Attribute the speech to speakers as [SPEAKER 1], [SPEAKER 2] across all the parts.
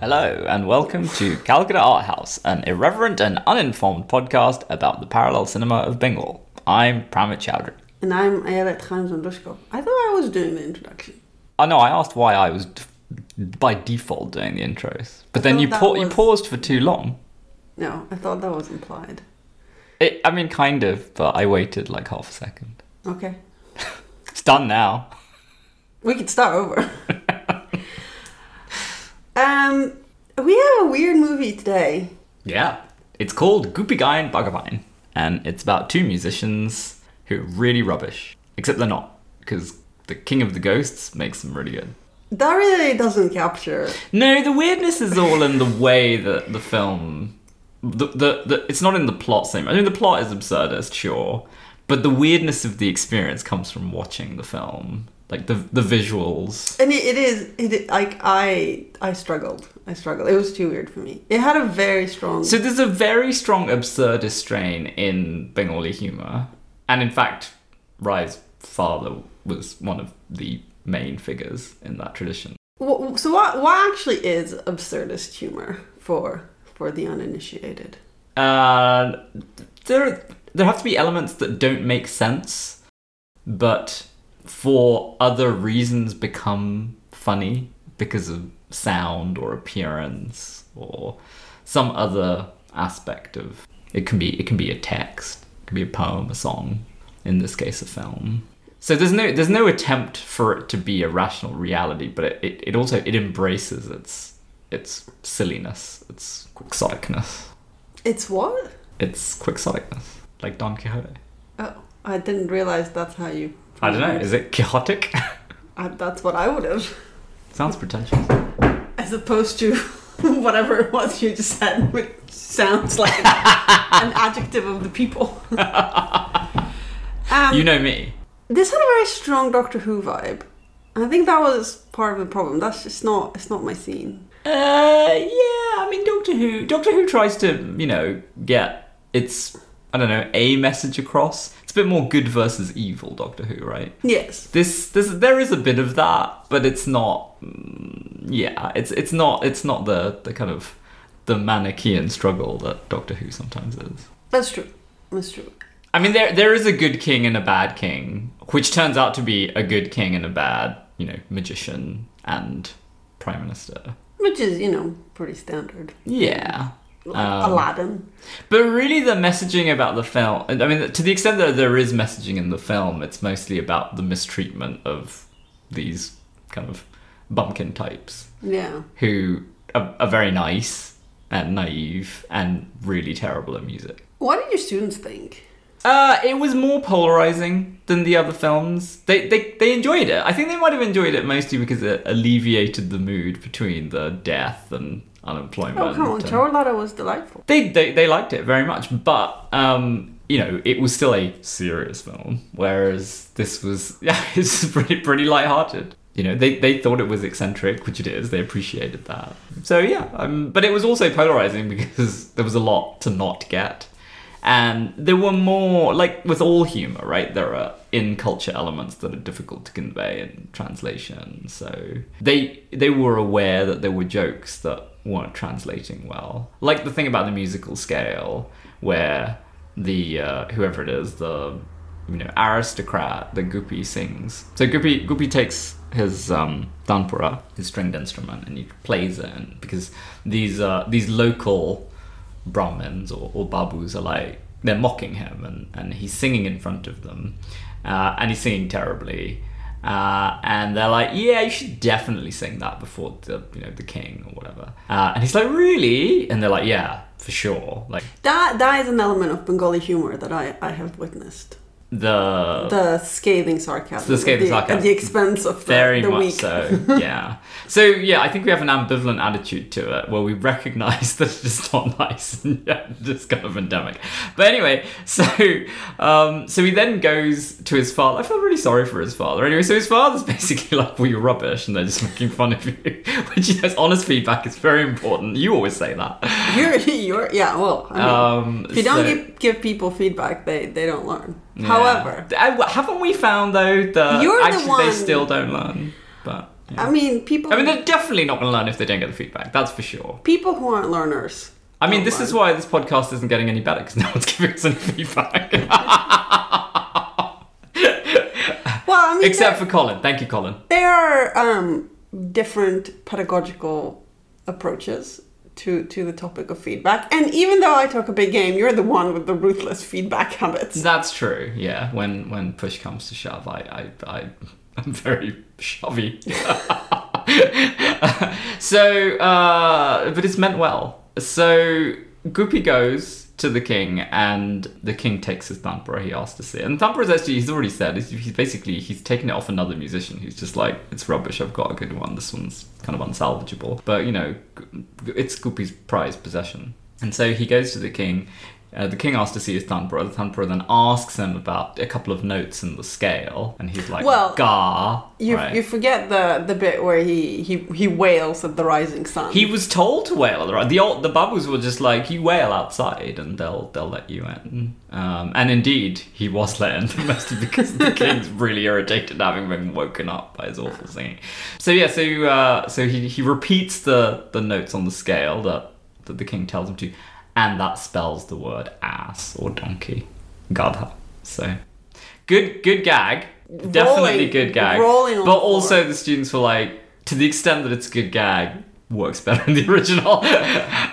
[SPEAKER 1] Hello, and welcome to Calcutta Art House, an irreverent and uninformed podcast about the parallel cinema of Bengal. I'm Pramit Chowdhury.
[SPEAKER 2] And I'm Ayelet Khan Zandushko. I thought I was doing the introduction.
[SPEAKER 1] I know I asked why I was d- by default doing the intros, but then
[SPEAKER 2] thought
[SPEAKER 1] you
[SPEAKER 2] that
[SPEAKER 1] pa- you
[SPEAKER 2] was-
[SPEAKER 1] paused for too long.
[SPEAKER 2] No, I thought that was implied.
[SPEAKER 1] It, I mean, kind of, but I waited like half a second.
[SPEAKER 2] Okay.
[SPEAKER 1] It's done now.
[SPEAKER 2] We could start over. um, we have a weird movie today.
[SPEAKER 1] Yeah, it's called Goopy Guy and Bugabine, and it's about two musicians who are really rubbish, except they're not, because the King of the Ghosts makes them really good.
[SPEAKER 2] That really doesn't capture.
[SPEAKER 1] No, the weirdness is all in the way that the film. The, the, the it's not in the plot so much. I mean, the plot is absurdist, sure, but the weirdness of the experience comes from watching the film, like the the visuals.
[SPEAKER 2] And it, it is it like I I struggled. I struggled. It was too weird for me. It had a very strong.
[SPEAKER 1] So there's a very strong absurdist strain in Bengali humor, and in fact, Rai's father was one of the main figures in that tradition.
[SPEAKER 2] Wh- so what what actually is absurdist humor for for the uninitiated?
[SPEAKER 1] Uh, there there have to be elements that don't make sense, but for other reasons become funny because of sound or appearance or some other aspect of it can be it can be a text, it can be a poem, a song, in this case a film. So there's no there's no attempt for it to be a rational reality, but it, it, it also it embraces its its silliness, its quixoticness.
[SPEAKER 2] It's what?
[SPEAKER 1] It's quixoticness, like Don Quixote.
[SPEAKER 2] Oh, I didn't realize that's how you.
[SPEAKER 1] I don't know. Is it chaotic?
[SPEAKER 2] I, that's what I would have.
[SPEAKER 1] Sounds pretentious.
[SPEAKER 2] as opposed to whatever it was you just said, which sounds like an adjective of the people. um,
[SPEAKER 1] You know me.
[SPEAKER 2] this had a very strong Doctor Who vibe. I think that was part of the problem. That's just not it's not my scene.
[SPEAKER 1] Uh, yeah. I mean, Doctor Who. Doctor Who tries to, you know, get its, I don't know, a message across. It's a bit more good versus evil, Doctor Who, right?
[SPEAKER 2] Yes.
[SPEAKER 1] This, this, there is a bit of that, but it's not. mm, Yeah, it's it's not it's not the the kind of the Manichaean struggle that Doctor Who sometimes is.
[SPEAKER 2] That's true. That's true.
[SPEAKER 1] I mean, there there is a good king and a bad king, which turns out to be a good king and a bad, you know, magician and prime minister.
[SPEAKER 2] Which is, you know, pretty standard.
[SPEAKER 1] Yeah.
[SPEAKER 2] Like
[SPEAKER 1] Um,
[SPEAKER 2] Aladdin.
[SPEAKER 1] But really, the messaging about the film, I mean, to the extent that there is messaging in the film, it's mostly about the mistreatment of these kind of bumpkin types
[SPEAKER 2] Yeah.
[SPEAKER 1] who are, are very nice and naive and really terrible at music.
[SPEAKER 2] What did your students think?
[SPEAKER 1] Uh, it was more polarizing than the other films. They, they they enjoyed it. I think they might have enjoyed it mostly because it alleviated the mood between the death and unemployment.
[SPEAKER 2] Oh come on,
[SPEAKER 1] and- uh,
[SPEAKER 2] Charlotta was delightful.
[SPEAKER 1] they, they they liked it very much, but um, you know, it was still a serious film, whereas this was yeah, it's pretty pretty lighthearted. You know, they, they thought it was eccentric, which it is. They appreciated that. So yeah, um, but it was also polarizing because there was a lot to not get, and Um, there were more like with all humor, right? There are in culture elements that are difficult to convey in translation. So they they were aware that there were jokes that weren't translating well. Like the thing about the musical scale, where the uh, whoever it is, the you know aristocrat, the Guppy sings. So Guppy Guppy takes his um, danpura, his stringed instrument, and he plays it. And because these uh, these local Brahmins or, or Babus are like they're mocking him, and and he's singing in front of them, uh, and he's singing terribly. Uh, and they're like, "Yeah, you should definitely sing that before the, you know, the king or whatever." Uh, and he's like, "Really?" And they're like, "Yeah, for sure." Like
[SPEAKER 2] That that is an element of Bengali humor that I, I have witnessed.
[SPEAKER 1] the
[SPEAKER 2] the scathing sarcasm.
[SPEAKER 1] Oh. The scathing
[SPEAKER 2] at
[SPEAKER 1] sarcasm.
[SPEAKER 2] At the expense of the,
[SPEAKER 1] very
[SPEAKER 2] the
[SPEAKER 1] much
[SPEAKER 2] weak.
[SPEAKER 1] so yeah so yeah i think we have an ambivalent attitude to it where we recognize that it's not nice and yeah, it's kind of endemic but anyway so um so he then goes to his father i feel really sorry for his father anyway so his father's basically like well you're rubbish and they're just making fun of you which you know, is honest feedback is very important you always say that
[SPEAKER 2] You're, you're, yeah, well, I mean,
[SPEAKER 1] um
[SPEAKER 2] if you don't
[SPEAKER 1] so-
[SPEAKER 2] give, give people feedback, they, they don't learn.
[SPEAKER 1] yeah.
[SPEAKER 2] However,
[SPEAKER 1] I- Uh, haven't we found though that
[SPEAKER 2] You're the
[SPEAKER 1] actually they
[SPEAKER 2] one-
[SPEAKER 1] still don't learn but
[SPEAKER 2] I mean, people.
[SPEAKER 1] I mean, they're definitely not going to learn if they don't get the feedback. That's for sure.
[SPEAKER 2] people who aren't learners.
[SPEAKER 1] I mean,
[SPEAKER 2] don't
[SPEAKER 1] this is
[SPEAKER 2] learn.
[SPEAKER 1] why this podcast isn't getting any better because no one's giving us any feedback.
[SPEAKER 2] Well, I mean,
[SPEAKER 1] Except for Colin. Thank you, Colin.
[SPEAKER 2] there are um, different pedagogical approaches to to the topic of feedback. And even though I talk a big game, you're the one with the ruthless feedback habits.
[SPEAKER 1] That's true. Yeah. When when push comes to shove, I I, I I'm very shovey. so, uh, but it's meant well. So Guppy goes to the king, and the king takes his thumper. He asks to see, it. and Thumper's actually he's already said he's, he's basically he's taken it off another musician who's just like it's rubbish. I've got a good one. This one's kind of unsalvageable. But you know, Gu- it's Guppy's prized possession, and so he goes to the king. Uh, the king asks to see his thumper. The thumper then asks him about a couple of notes in the scale, and he's like,
[SPEAKER 2] Well,
[SPEAKER 1] "Gar."
[SPEAKER 2] You,
[SPEAKER 1] right?
[SPEAKER 2] you forget the, the bit where he, he, he wails at the rising sun.
[SPEAKER 1] He was told to wail at the right. The old, the bubbles were just like you wail outside and they'll they'll let you in. Um, and indeed, he was let in, mostly because the king's really irritated having been woken up by his awful singing. So yeah, so uh, so he he repeats the the notes on the scale that that the king tells him to, and that spells the word ass or donkey, gadha. So good good gag. Definitely
[SPEAKER 2] Rolling-
[SPEAKER 1] good gag.
[SPEAKER 2] rolling on
[SPEAKER 1] but
[SPEAKER 2] the floor.
[SPEAKER 1] also the students were like, to the extent that it's a good gag, works better in the original.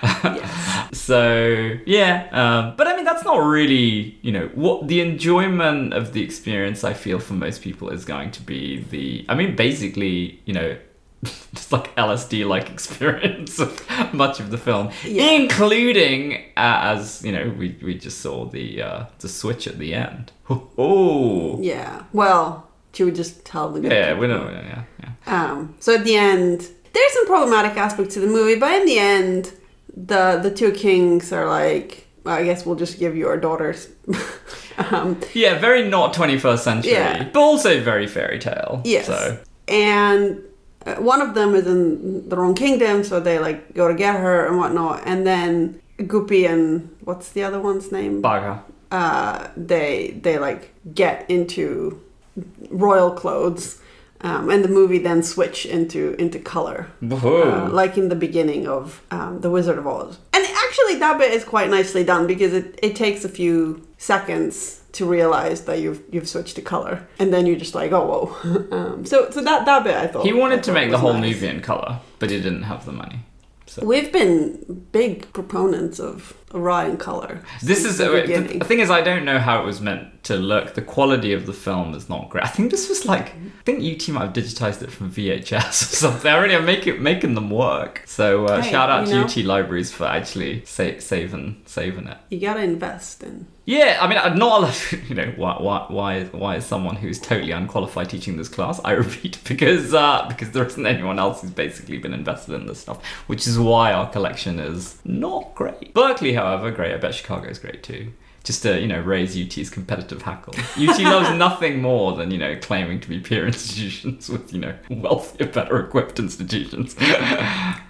[SPEAKER 2] Yes.
[SPEAKER 1] so yeah, um, but I mean that's not really you know what the enjoyment of the experience I feel for most people is going to be the I mean basically you know. Just like LSD like experience of much of the film,
[SPEAKER 2] Yeah.
[SPEAKER 1] including uh, as you know, we, we just saw the uh, the switch at the end. Oh,
[SPEAKER 2] Yeah. Well, she would just tell the good
[SPEAKER 1] yeah, we don't. Yeah, yeah.
[SPEAKER 2] Um, so at the end, there's some problematic aspects to the movie, but in the end, the the two kings are like, well, I guess we'll just give you our daughters. um,
[SPEAKER 1] Yeah, very not 21st century,
[SPEAKER 2] Yeah.
[SPEAKER 1] but also very fairy tale.
[SPEAKER 2] yes.
[SPEAKER 1] So,
[SPEAKER 2] And uh, one of them is in the wrong kingdom, so they like go to get her and whatnot. And then Goopy and what's the other one's name?
[SPEAKER 1] bugger.
[SPEAKER 2] uh, they they like get into royal clothes, um, and the movie then switch into into color,
[SPEAKER 1] Woohoo.
[SPEAKER 2] Uh, like in the beginning of um, the Wizard of Oz. And actually, that bit is quite nicely done because it, it takes a few seconds to realize that you've you've switched to color, and then you're just like, oh whoa. um, so so that that bit I thought
[SPEAKER 1] He
[SPEAKER 2] I
[SPEAKER 1] wanted to
[SPEAKER 2] thought
[SPEAKER 1] make the
[SPEAKER 2] was
[SPEAKER 1] whole
[SPEAKER 2] nice.
[SPEAKER 1] movie in colour, but he didn't have the money. So,
[SPEAKER 2] We've been big proponents of raw in color.
[SPEAKER 1] this
[SPEAKER 2] since
[SPEAKER 1] is uh,
[SPEAKER 2] the
[SPEAKER 1] the,
[SPEAKER 2] beginning.
[SPEAKER 1] the thing is, I don't know how it was meant to look. The quality of the film is not great. I think this was like, I think UT might have digitized it from VHS or something. I really am making making them work. So, uh,
[SPEAKER 2] Hey,
[SPEAKER 1] shout out
[SPEAKER 2] you
[SPEAKER 1] to
[SPEAKER 2] know.
[SPEAKER 1] UT Libraries for actually sa- saving saving it.
[SPEAKER 2] you gotta invest in.
[SPEAKER 1] Yeah, I mean, I'm not allowed, you know why why why is, why is someone who's totally unqualified teaching this class? I repeat because uh, because there isn't anyone else who's basically been invested in this stuff, which is why our collection is not great. Berkeley, however, great. I bet Chicago's great too. Just to you know raise UT's competitive hackle. UT loves nothing more than you know claiming to be peer institutions with you know wealthier, better equipped institutions.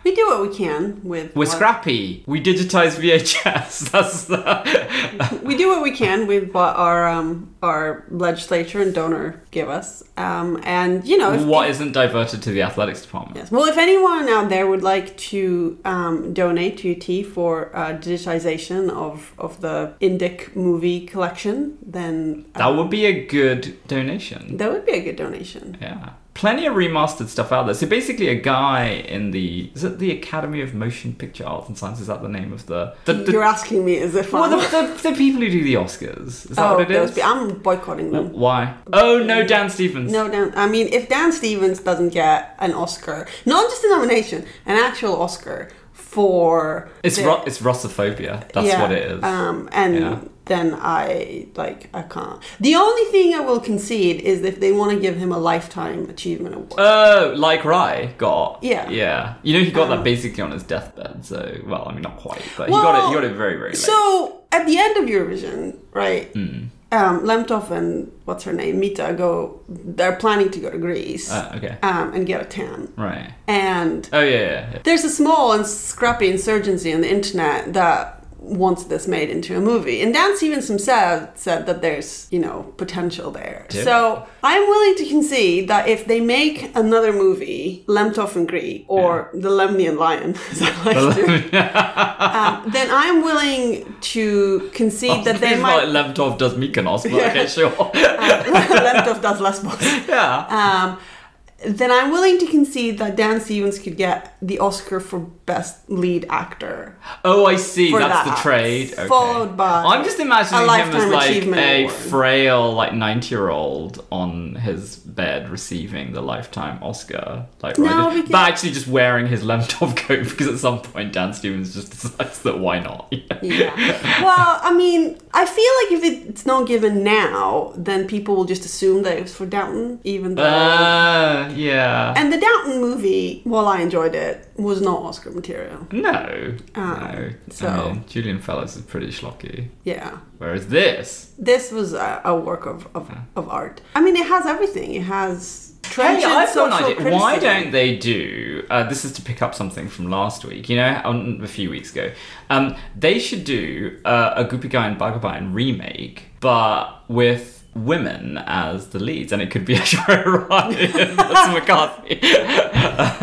[SPEAKER 2] We do what we can with
[SPEAKER 1] We're
[SPEAKER 2] what-
[SPEAKER 1] scrappy. We digitize VHS. That's uh, the...
[SPEAKER 2] we do what we can with what our um, our legislature and donor give us. Um, and you know, if,
[SPEAKER 1] what isn't diverted to the athletics department.
[SPEAKER 2] yes. Well, if anyone out there would like to um, donate to UT for uh, digitization of of the Indic movie collection, then uh,
[SPEAKER 1] That would be a good donation.
[SPEAKER 2] that would be a good donation.
[SPEAKER 1] Yeah. Plenty of remastered stuff out there. So basically, a guy in the is it the Academy of Motion Picture Arts and Science? Is that the name of the the, the,
[SPEAKER 2] You're asking me as if
[SPEAKER 1] well,
[SPEAKER 2] I'm.
[SPEAKER 1] the, the, the people who do the Oscars? Is that
[SPEAKER 2] oh,
[SPEAKER 1] what it
[SPEAKER 2] those
[SPEAKER 1] is?
[SPEAKER 2] pe- I'm boycotting them.
[SPEAKER 1] Why? Oh no, Dan Stevens.
[SPEAKER 2] No, Dan. I mean, if Dan Stevens doesn't get an Oscar, not just a nomination, an actual Oscar for
[SPEAKER 1] It's
[SPEAKER 2] the-
[SPEAKER 1] ru- it's Russophobia. That's
[SPEAKER 2] yeah,
[SPEAKER 1] what it is.
[SPEAKER 2] Um, and
[SPEAKER 1] Yeah.
[SPEAKER 2] then I like I can't. The only thing I will concede is if they want to give him a lifetime achievement award.
[SPEAKER 1] Oh, like Rye got.
[SPEAKER 2] Yeah.
[SPEAKER 1] Yeah. You know he got that
[SPEAKER 2] Um,
[SPEAKER 1] basically on his deathbed. So well, I mean not quite, but he got it.
[SPEAKER 2] Well,
[SPEAKER 1] He got it very very late.
[SPEAKER 2] so at the end of Eurovision, right?
[SPEAKER 1] Hmm.
[SPEAKER 2] Um, Lemtov and what's her name, Mita, go. They're planning to go to Greece
[SPEAKER 1] Ah, okay.
[SPEAKER 2] um, and get a tan.
[SPEAKER 1] Right.
[SPEAKER 2] And
[SPEAKER 1] Oh yeah. yeah, yeah.
[SPEAKER 2] There's a small and scrappy insurgency on the internet that wants this made into a movie. And Dan Stevenson said, said that there's, you know, potential there.
[SPEAKER 1] Yeah.
[SPEAKER 2] So I'm willing to concede that if they make another movie, Lemtov and Greek, or The Lemnian Lion, as I like to, um, then I'm willing to concede
[SPEAKER 1] Oh,
[SPEAKER 2] that they might...
[SPEAKER 1] like Lemtov does Mykonos, but okay, sure.
[SPEAKER 2] Lemtov uh, does Lesbos.
[SPEAKER 1] yeah.
[SPEAKER 2] Um, then I'm willing to concede that Dan Stevens could get the Oscar for Best Lead Actor.
[SPEAKER 1] Oh, I see.
[SPEAKER 2] for
[SPEAKER 1] That's
[SPEAKER 2] that,
[SPEAKER 1] the trade. Okay.
[SPEAKER 2] followed by
[SPEAKER 1] I'm just
[SPEAKER 2] a
[SPEAKER 1] imagining him as
[SPEAKER 2] lifetime
[SPEAKER 1] like
[SPEAKER 2] achievement
[SPEAKER 1] a
[SPEAKER 2] award.
[SPEAKER 1] frail, like ninety-year-old on his bed receiving the lifetime Oscar, like
[SPEAKER 2] No,
[SPEAKER 1] right-
[SPEAKER 2] because-
[SPEAKER 1] but actually just wearing his Lemtov coat because at some point Dan Stevens just decides that why not?
[SPEAKER 2] Yeah. well, I mean, I feel like if it's not given now, then people will just assume that it was for Downton, even though.
[SPEAKER 1] Uh, yeah.
[SPEAKER 2] and the Downton movie, while I enjoyed it, was not Oscar material.
[SPEAKER 1] no.
[SPEAKER 2] Um,
[SPEAKER 1] no.
[SPEAKER 2] so-
[SPEAKER 1] I mean, Julian Fellows is pretty schlocky.
[SPEAKER 2] Yeah.
[SPEAKER 1] Whereas this,
[SPEAKER 2] This was a, a work of, of, of art. I mean, it has everything. It has trenchant
[SPEAKER 1] Hmm. Hey, I've got an
[SPEAKER 2] social
[SPEAKER 1] idea. Why
[SPEAKER 2] criticism.
[SPEAKER 1] don't they do? Uh, this is to pick up something from last week. You know, on, a few weeks ago, um, they should do uh, a Goopy Guy and Bagabayan remake, but with women as the leads, and it could be Ashara Ryan, that's McCarthy.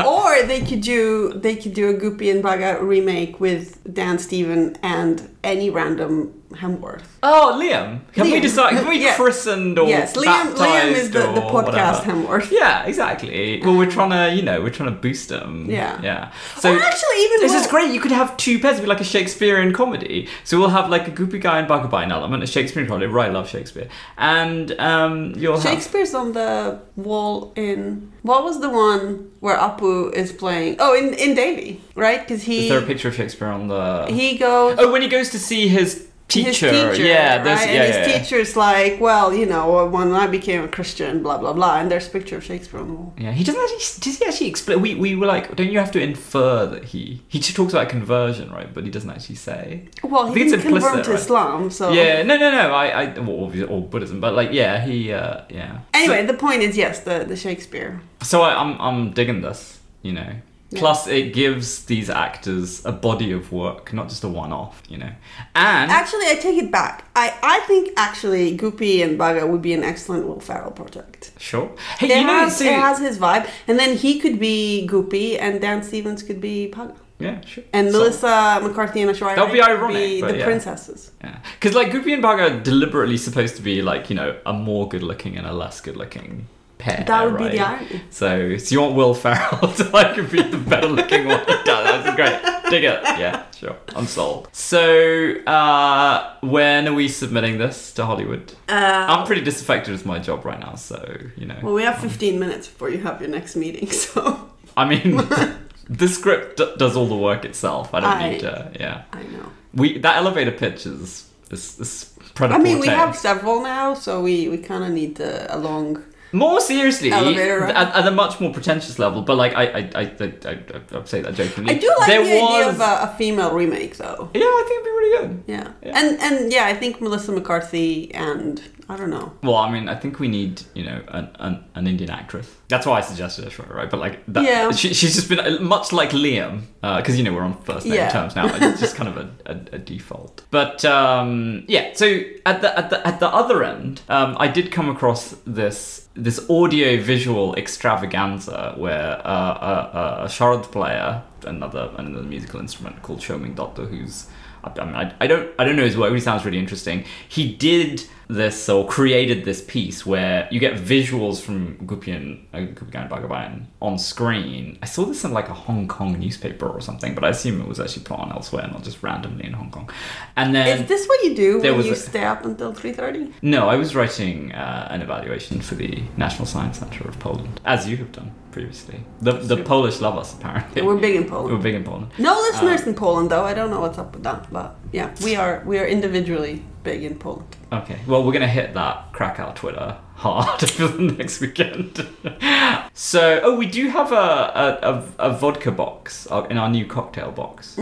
[SPEAKER 2] or they could do they could do a Guppy and Baga remake with Dan Steven and any random Hemworth.
[SPEAKER 1] Oh, Liam! Can we
[SPEAKER 2] Liam.
[SPEAKER 1] decide? Can we
[SPEAKER 2] Yeah.
[SPEAKER 1] christened or
[SPEAKER 2] yes, Liam Liam is the,
[SPEAKER 1] baptized
[SPEAKER 2] the
[SPEAKER 1] or
[SPEAKER 2] podcast
[SPEAKER 1] whatever?
[SPEAKER 2] Hemworth.
[SPEAKER 1] Yeah, exactly. Well, we're trying to, you know, we're trying to boost them.
[SPEAKER 2] Yeah.
[SPEAKER 1] yeah. So
[SPEAKER 2] So or actually even
[SPEAKER 1] This
[SPEAKER 2] when-
[SPEAKER 1] is great. You could have two pairs. It'd be like a Shakespearean comedy. So we'll have like a goopy guy and Bagabine element, a Shakespearean comedy. Right, I love Shakespeare. And um, you'll have.
[SPEAKER 2] Shakespeare's on the wall in what was the one where Apu is playing? Oh, in in Davy, right? Because he
[SPEAKER 1] Is there a picture of Shakespeare on the?
[SPEAKER 2] he goes.
[SPEAKER 1] oh, when he goes to see his teacher.
[SPEAKER 2] His teacher,
[SPEAKER 1] yeah, there's
[SPEAKER 2] right?
[SPEAKER 1] yeah,
[SPEAKER 2] and his
[SPEAKER 1] yeah, yeah.
[SPEAKER 2] teacher's like, well, you know, when I became a Christian, blah blah blah, and there's a picture of Shakespeare on the wall.
[SPEAKER 1] Yeah, he doesn't actually. Does he actually explain? We we were like, don't you have to infer that he he just talks about conversion, right? But he doesn't actually say.
[SPEAKER 2] Well,
[SPEAKER 1] I
[SPEAKER 2] he
[SPEAKER 1] think it's
[SPEAKER 2] didn't convert
[SPEAKER 1] implicit,
[SPEAKER 2] to
[SPEAKER 1] right?
[SPEAKER 2] Islam, so
[SPEAKER 1] Yeah, no, no, no. I I well, obviously all Buddhism, but like, yeah, he uh, yeah.
[SPEAKER 2] Anyway, the point is yes, the, the Shakespeare.
[SPEAKER 1] So I, I'm I'm digging this, you know.
[SPEAKER 2] Yeah.
[SPEAKER 1] Plus, it gives these actors a body of work, not just a one-off, you know. And
[SPEAKER 2] Actually, I take it back. I, I think actually Goopy and Baga would be an excellent Will Ferrell project.
[SPEAKER 1] sure, hey,
[SPEAKER 2] It,
[SPEAKER 1] you know,
[SPEAKER 2] has,
[SPEAKER 1] so,
[SPEAKER 2] it has his vibe, and then he could be Goopy, and Dan Stevens could be Baga,
[SPEAKER 1] yeah, sure.
[SPEAKER 2] and
[SPEAKER 1] So-
[SPEAKER 2] Melissa McCarthy and Ashwarya
[SPEAKER 1] That would be
[SPEAKER 2] could
[SPEAKER 1] ironic,
[SPEAKER 2] be
[SPEAKER 1] but
[SPEAKER 2] the
[SPEAKER 1] yeah.
[SPEAKER 2] princesses.
[SPEAKER 1] Yeah, because like Goopy and Baga are deliberately supposed to be like you know a more good-looking and a less good-looking pair.
[SPEAKER 2] That would be the
[SPEAKER 1] right?
[SPEAKER 2] irony.
[SPEAKER 1] So, so you want Will Ferrell to like be the better-looking one? No, That's great. Dig it. Yeah, sure. I'm sold. So, uh, when are we submitting this to Hollywood?
[SPEAKER 2] Uh,
[SPEAKER 1] I'm pretty disaffected with my job right now, so you know.
[SPEAKER 2] Um, well, we have 15 minutes before you have your next meeting, so
[SPEAKER 1] I mean, the script d- does all the work itself. I don't
[SPEAKER 2] I-
[SPEAKER 1] need to. Yeah,
[SPEAKER 2] I know.
[SPEAKER 1] we that elevator pitch is is, is
[SPEAKER 2] I
[SPEAKER 1] predatory.
[SPEAKER 2] mean, we have several now, so we, we kind of need a, a long.
[SPEAKER 1] more seriously
[SPEAKER 2] Elevator ride.
[SPEAKER 1] at, at a much more pretentious level. But like, I I I, I, I, I say that jokingly.
[SPEAKER 2] I do like
[SPEAKER 1] there
[SPEAKER 2] the idea
[SPEAKER 1] was-
[SPEAKER 2] of uh, a, a female remake, though.
[SPEAKER 1] yeah, I think it'd be really good.
[SPEAKER 2] Yeah.
[SPEAKER 1] Yeah.
[SPEAKER 2] And and yeah, I think Melissa McCarthy and I don't know.
[SPEAKER 1] Well, I mean, I think we need, you know, an, an, an Indian actress. That's why I suggested Ashwarya, right? But like, that,
[SPEAKER 2] Yeah.
[SPEAKER 1] she, she's just been uh, much like Liam, because you know we're on first name
[SPEAKER 2] Yeah.
[SPEAKER 1] terms now. but It's just kind of a, a, a default. But um, yeah, so at the at the at the other end, um, I did come across this this audio visual extravaganza where uh, a, a, a sharad player, another another musical instrument called Shoming Doctor, who's I, I, mean, I, I don't I don't know his work. but He sounds really interesting. He did this or created this piece where you get visuals from Gupian uh, Gupian Bagabayan on screen. I saw this in like a Hong Kong newspaper or something, but I assume it was actually put on elsewhere, not just randomly in Hong Kong. And then
[SPEAKER 2] Is this what you do
[SPEAKER 1] there
[SPEAKER 2] when
[SPEAKER 1] was
[SPEAKER 2] you
[SPEAKER 1] a-
[SPEAKER 2] stay up until three thirty?
[SPEAKER 1] no, I was writing uh, an evaluation for the National Science Centre of Poland, as you have done previously. The the Polish love us apparently.
[SPEAKER 2] We're big in
[SPEAKER 1] We're
[SPEAKER 2] Poland.
[SPEAKER 1] big in Poland.
[SPEAKER 2] No listeners
[SPEAKER 1] Uh,
[SPEAKER 2] in Poland though. I don't know what's up with that, but yeah, we are we are individually big in Poland.
[SPEAKER 1] Okay. Well, we're going to hit that Krakow Twitter hard for the next weekend. so, oh, we do have a, a, a, a vodka box uh, in our new cocktail box. So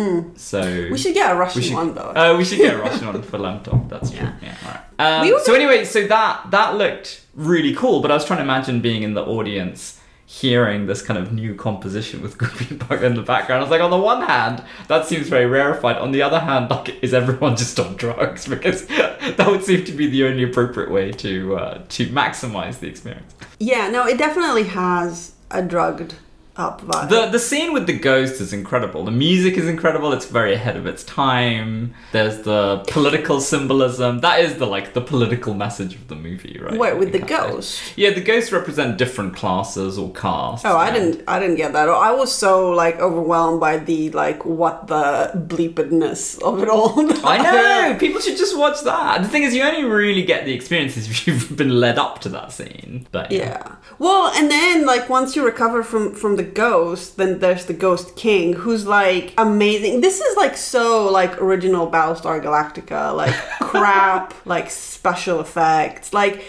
[SPEAKER 2] Mm. We should get a Russian
[SPEAKER 1] should-
[SPEAKER 2] one though.
[SPEAKER 1] Oh, we should get a Russian one for Lemtov. That's true.
[SPEAKER 2] Yeah.
[SPEAKER 1] Yeah. all right. Um,
[SPEAKER 2] We were
[SPEAKER 1] so anyway, so that that looked really cool, but I was trying to imagine being in the audience hearing this kind of new composition with Goopy Bug in the background. I was like, on the one hand, that seems very rarefied. On the other hand, like, is everyone just on drugs? Because that would seem to be the only appropriate way to uh, to maximize the experience.
[SPEAKER 2] Yeah, no, it definitely has a drugged up vibe.
[SPEAKER 1] The the scene with the ghost is incredible. The music is incredible. It's very ahead of its time. There's the political symbolism. That is the like the political message of the movie, right?
[SPEAKER 2] Wait, with the
[SPEAKER 1] Kind of.
[SPEAKER 2] ghost?
[SPEAKER 1] Yeah, the ghosts represent different classes or castes.
[SPEAKER 2] Oh, I
[SPEAKER 1] and-
[SPEAKER 2] didn't. I didn't get that. I was so like overwhelmed by the like what the bleepedness of it all.
[SPEAKER 1] I know. People should just watch that. The thing is, you only really get the experiences if you've been led up to that scene. But yeah,
[SPEAKER 2] Yeah. Well, and then like once you recover from from the ghost, then there's the ghost king who's like amazing. This is like so like original Battlestar Galactica, like crap, like special effects, like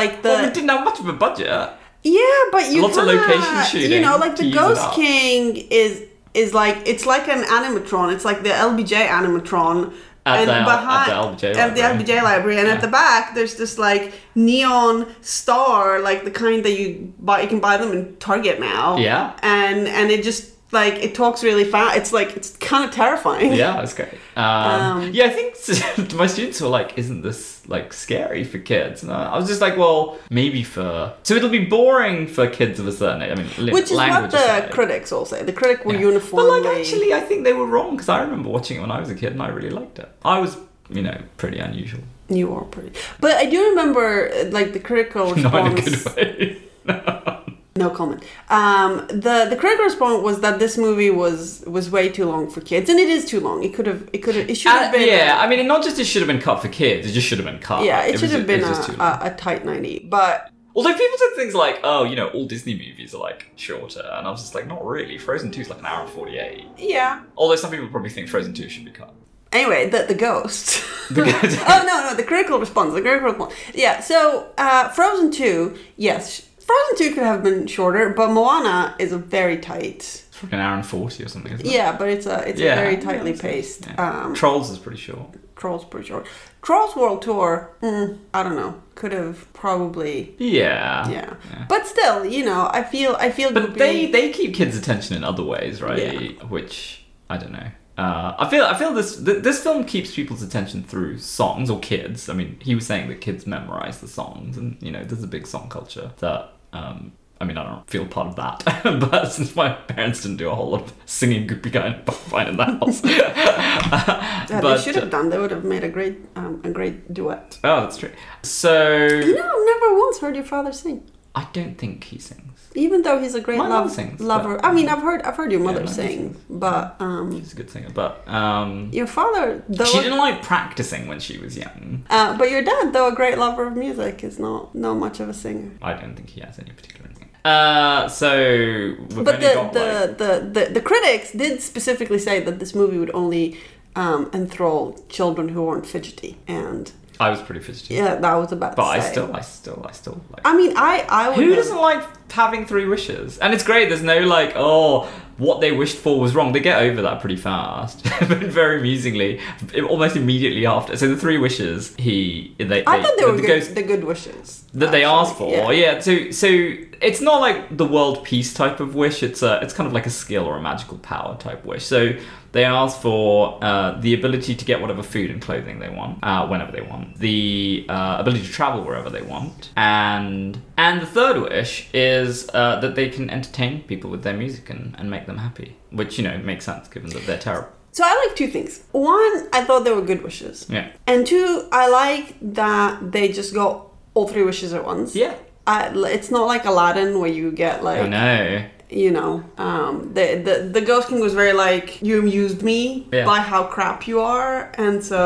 [SPEAKER 2] like the
[SPEAKER 1] well, we didn't have much of a budget.
[SPEAKER 2] Yeah, but you
[SPEAKER 1] Lots of
[SPEAKER 2] kinda-
[SPEAKER 1] location
[SPEAKER 2] You know,
[SPEAKER 1] shooting
[SPEAKER 2] like
[SPEAKER 1] to
[SPEAKER 2] the
[SPEAKER 1] use it
[SPEAKER 2] Ghost
[SPEAKER 1] up.
[SPEAKER 2] King is is like it's like an animatron. It's like the LBJ animatron.
[SPEAKER 1] At
[SPEAKER 2] and
[SPEAKER 1] the- at
[SPEAKER 2] behind
[SPEAKER 1] the LBJ
[SPEAKER 2] at the
[SPEAKER 1] library.
[SPEAKER 2] LBJ library, and at
[SPEAKER 1] Yeah.
[SPEAKER 2] the back there's this like neon star, like the kind that you buy. You can buy them in Target now.
[SPEAKER 1] Yeah.
[SPEAKER 2] and and it just like it talks really fast. It's like it's kind of terrifying.
[SPEAKER 1] Yeah, it's great. Um,
[SPEAKER 2] Um,
[SPEAKER 1] yeah, I think my students were like, "Isn't this like scary for kids?" And I I was just like, "Well, maybe for so it'll be boring for kids of a certain age." I mean, li-
[SPEAKER 2] Which is what
[SPEAKER 1] language
[SPEAKER 2] the
[SPEAKER 1] aside.
[SPEAKER 2] critics all say. The critic will
[SPEAKER 1] Yeah.
[SPEAKER 2] uniformly.
[SPEAKER 1] But like, actually, I think they were wrong because I remember watching it when I was a kid and I really liked it. I was, you know, pretty unusual,
[SPEAKER 2] you are pretty. But I do remember uh, like the critical response.
[SPEAKER 1] not in a good way.
[SPEAKER 2] No comment. Um, the the critical response was that this movie was was way too long for kids, and it is too long. It could have it could have it should have
[SPEAKER 1] Uh,
[SPEAKER 2] been
[SPEAKER 1] yeah, I mean, not just it should have been cut for kids; it just should have been cut.
[SPEAKER 2] yeah it,
[SPEAKER 1] was
[SPEAKER 2] should
[SPEAKER 1] ju-
[SPEAKER 2] have been
[SPEAKER 1] was just too
[SPEAKER 2] a,
[SPEAKER 1] long.
[SPEAKER 2] a, a tight ninety. But
[SPEAKER 1] Although people said things like, "Oh, you know, all Disney movies are like shorter," and I was just like, "Not really. Frozen Two is like an hour and forty-eight.
[SPEAKER 2] yeah.
[SPEAKER 1] Although some people probably think Frozen 2 should be cut.
[SPEAKER 2] Anyway, the the ghost.
[SPEAKER 1] The ghost.
[SPEAKER 2] oh no no the critical response the critical response yeah. So uh, Frozen two yes Frozen two could have been shorter, but Moana is a very tight.
[SPEAKER 1] It's like an hour and 40 or something, isn't it?
[SPEAKER 2] Yeah, but it's a it's a
[SPEAKER 1] Yeah.
[SPEAKER 2] very
[SPEAKER 1] Yeah,
[SPEAKER 2] tightly
[SPEAKER 1] that's-
[SPEAKER 2] paced.
[SPEAKER 1] yeah.
[SPEAKER 2] Um,
[SPEAKER 1] Trolls is pretty short.
[SPEAKER 2] Trolls per short. Trolls World Tour, mm, I don't know, could have probably
[SPEAKER 1] Yeah.
[SPEAKER 2] yeah.
[SPEAKER 1] Yeah.
[SPEAKER 2] But still, you know, I feel I feel
[SPEAKER 1] But
[SPEAKER 2] goopy.
[SPEAKER 1] they, they keep kids' attention in other ways, right? Which, I don't know. Uh, I feel I feel this th- this film keeps people's attention through songs or kids. I mean, he was saying that kids memorize the songs, and you know, there's a big song culture that. Um, I mean, I don't feel part of that, but since my parents didn't do a whole lot of singing Goopy Guy and Buffine in the house,
[SPEAKER 2] that
[SPEAKER 1] but- uh,
[SPEAKER 2] they should have done. They would have made a great um, a great duet.
[SPEAKER 1] oh, that's true. So
[SPEAKER 2] You know, I've never once heard your father sing.
[SPEAKER 1] I don't think he sings.
[SPEAKER 2] Even though he's a great
[SPEAKER 1] My mom
[SPEAKER 2] love,
[SPEAKER 1] sings,
[SPEAKER 2] lover.
[SPEAKER 1] but-
[SPEAKER 2] I mean I've heard I've heard your mother
[SPEAKER 1] my mom
[SPEAKER 2] sing,
[SPEAKER 1] sings.
[SPEAKER 2] but um
[SPEAKER 1] He's a good singer, but um,
[SPEAKER 2] your father though
[SPEAKER 1] she didn't like practicing when she was young.
[SPEAKER 2] uh, but your dad, though a great lover of music, is not not much of a singer.
[SPEAKER 1] I don't think he has any particular. Instinct. Uh, so we've
[SPEAKER 2] But
[SPEAKER 1] only
[SPEAKER 2] the
[SPEAKER 1] got like,
[SPEAKER 2] the, the, the the critics did specifically say that this movie would only um, enthrall children who weren't fidgety, and
[SPEAKER 1] I was pretty fidgety,
[SPEAKER 2] yeah, that was about.
[SPEAKER 1] but
[SPEAKER 2] to
[SPEAKER 1] I
[SPEAKER 2] say.
[SPEAKER 1] still, I still, I still like.
[SPEAKER 2] I mean, I I would.
[SPEAKER 1] Who
[SPEAKER 2] have-
[SPEAKER 1] doesn't like having three wishes? And it's great. There's no like, oh, what they wished for was wrong. They get over that pretty fast, but very amusingly, almost immediately after. So the three wishes he they,
[SPEAKER 2] I thought they were
[SPEAKER 1] the
[SPEAKER 2] good,
[SPEAKER 1] ghost-
[SPEAKER 2] the good wishes
[SPEAKER 1] that they
[SPEAKER 2] actually,
[SPEAKER 1] asked for.
[SPEAKER 2] yeah.
[SPEAKER 1] Yeah. So so it's not like the world peace type of wish. It's a it's kind of like a skill or a magical power type wish. So they asked for uh, the ability to get whatever food and clothing they want uh, whenever they want, the uh, ability to travel wherever they want, and and the third wish is uh, that they can entertain people with their music and, and make them happy, which you know makes sense given that they're terrible.
[SPEAKER 2] So I like two things. One, I thought they were good wishes,
[SPEAKER 1] Yeah.
[SPEAKER 2] and two, I like that they just got all three wishes at once.
[SPEAKER 1] Yeah.
[SPEAKER 2] I, it's not like Aladdin where you get like
[SPEAKER 1] I know.
[SPEAKER 2] you know, um, the, the the Ghost King was very like, you amused me
[SPEAKER 1] Yeah.
[SPEAKER 2] by how crap you are, and so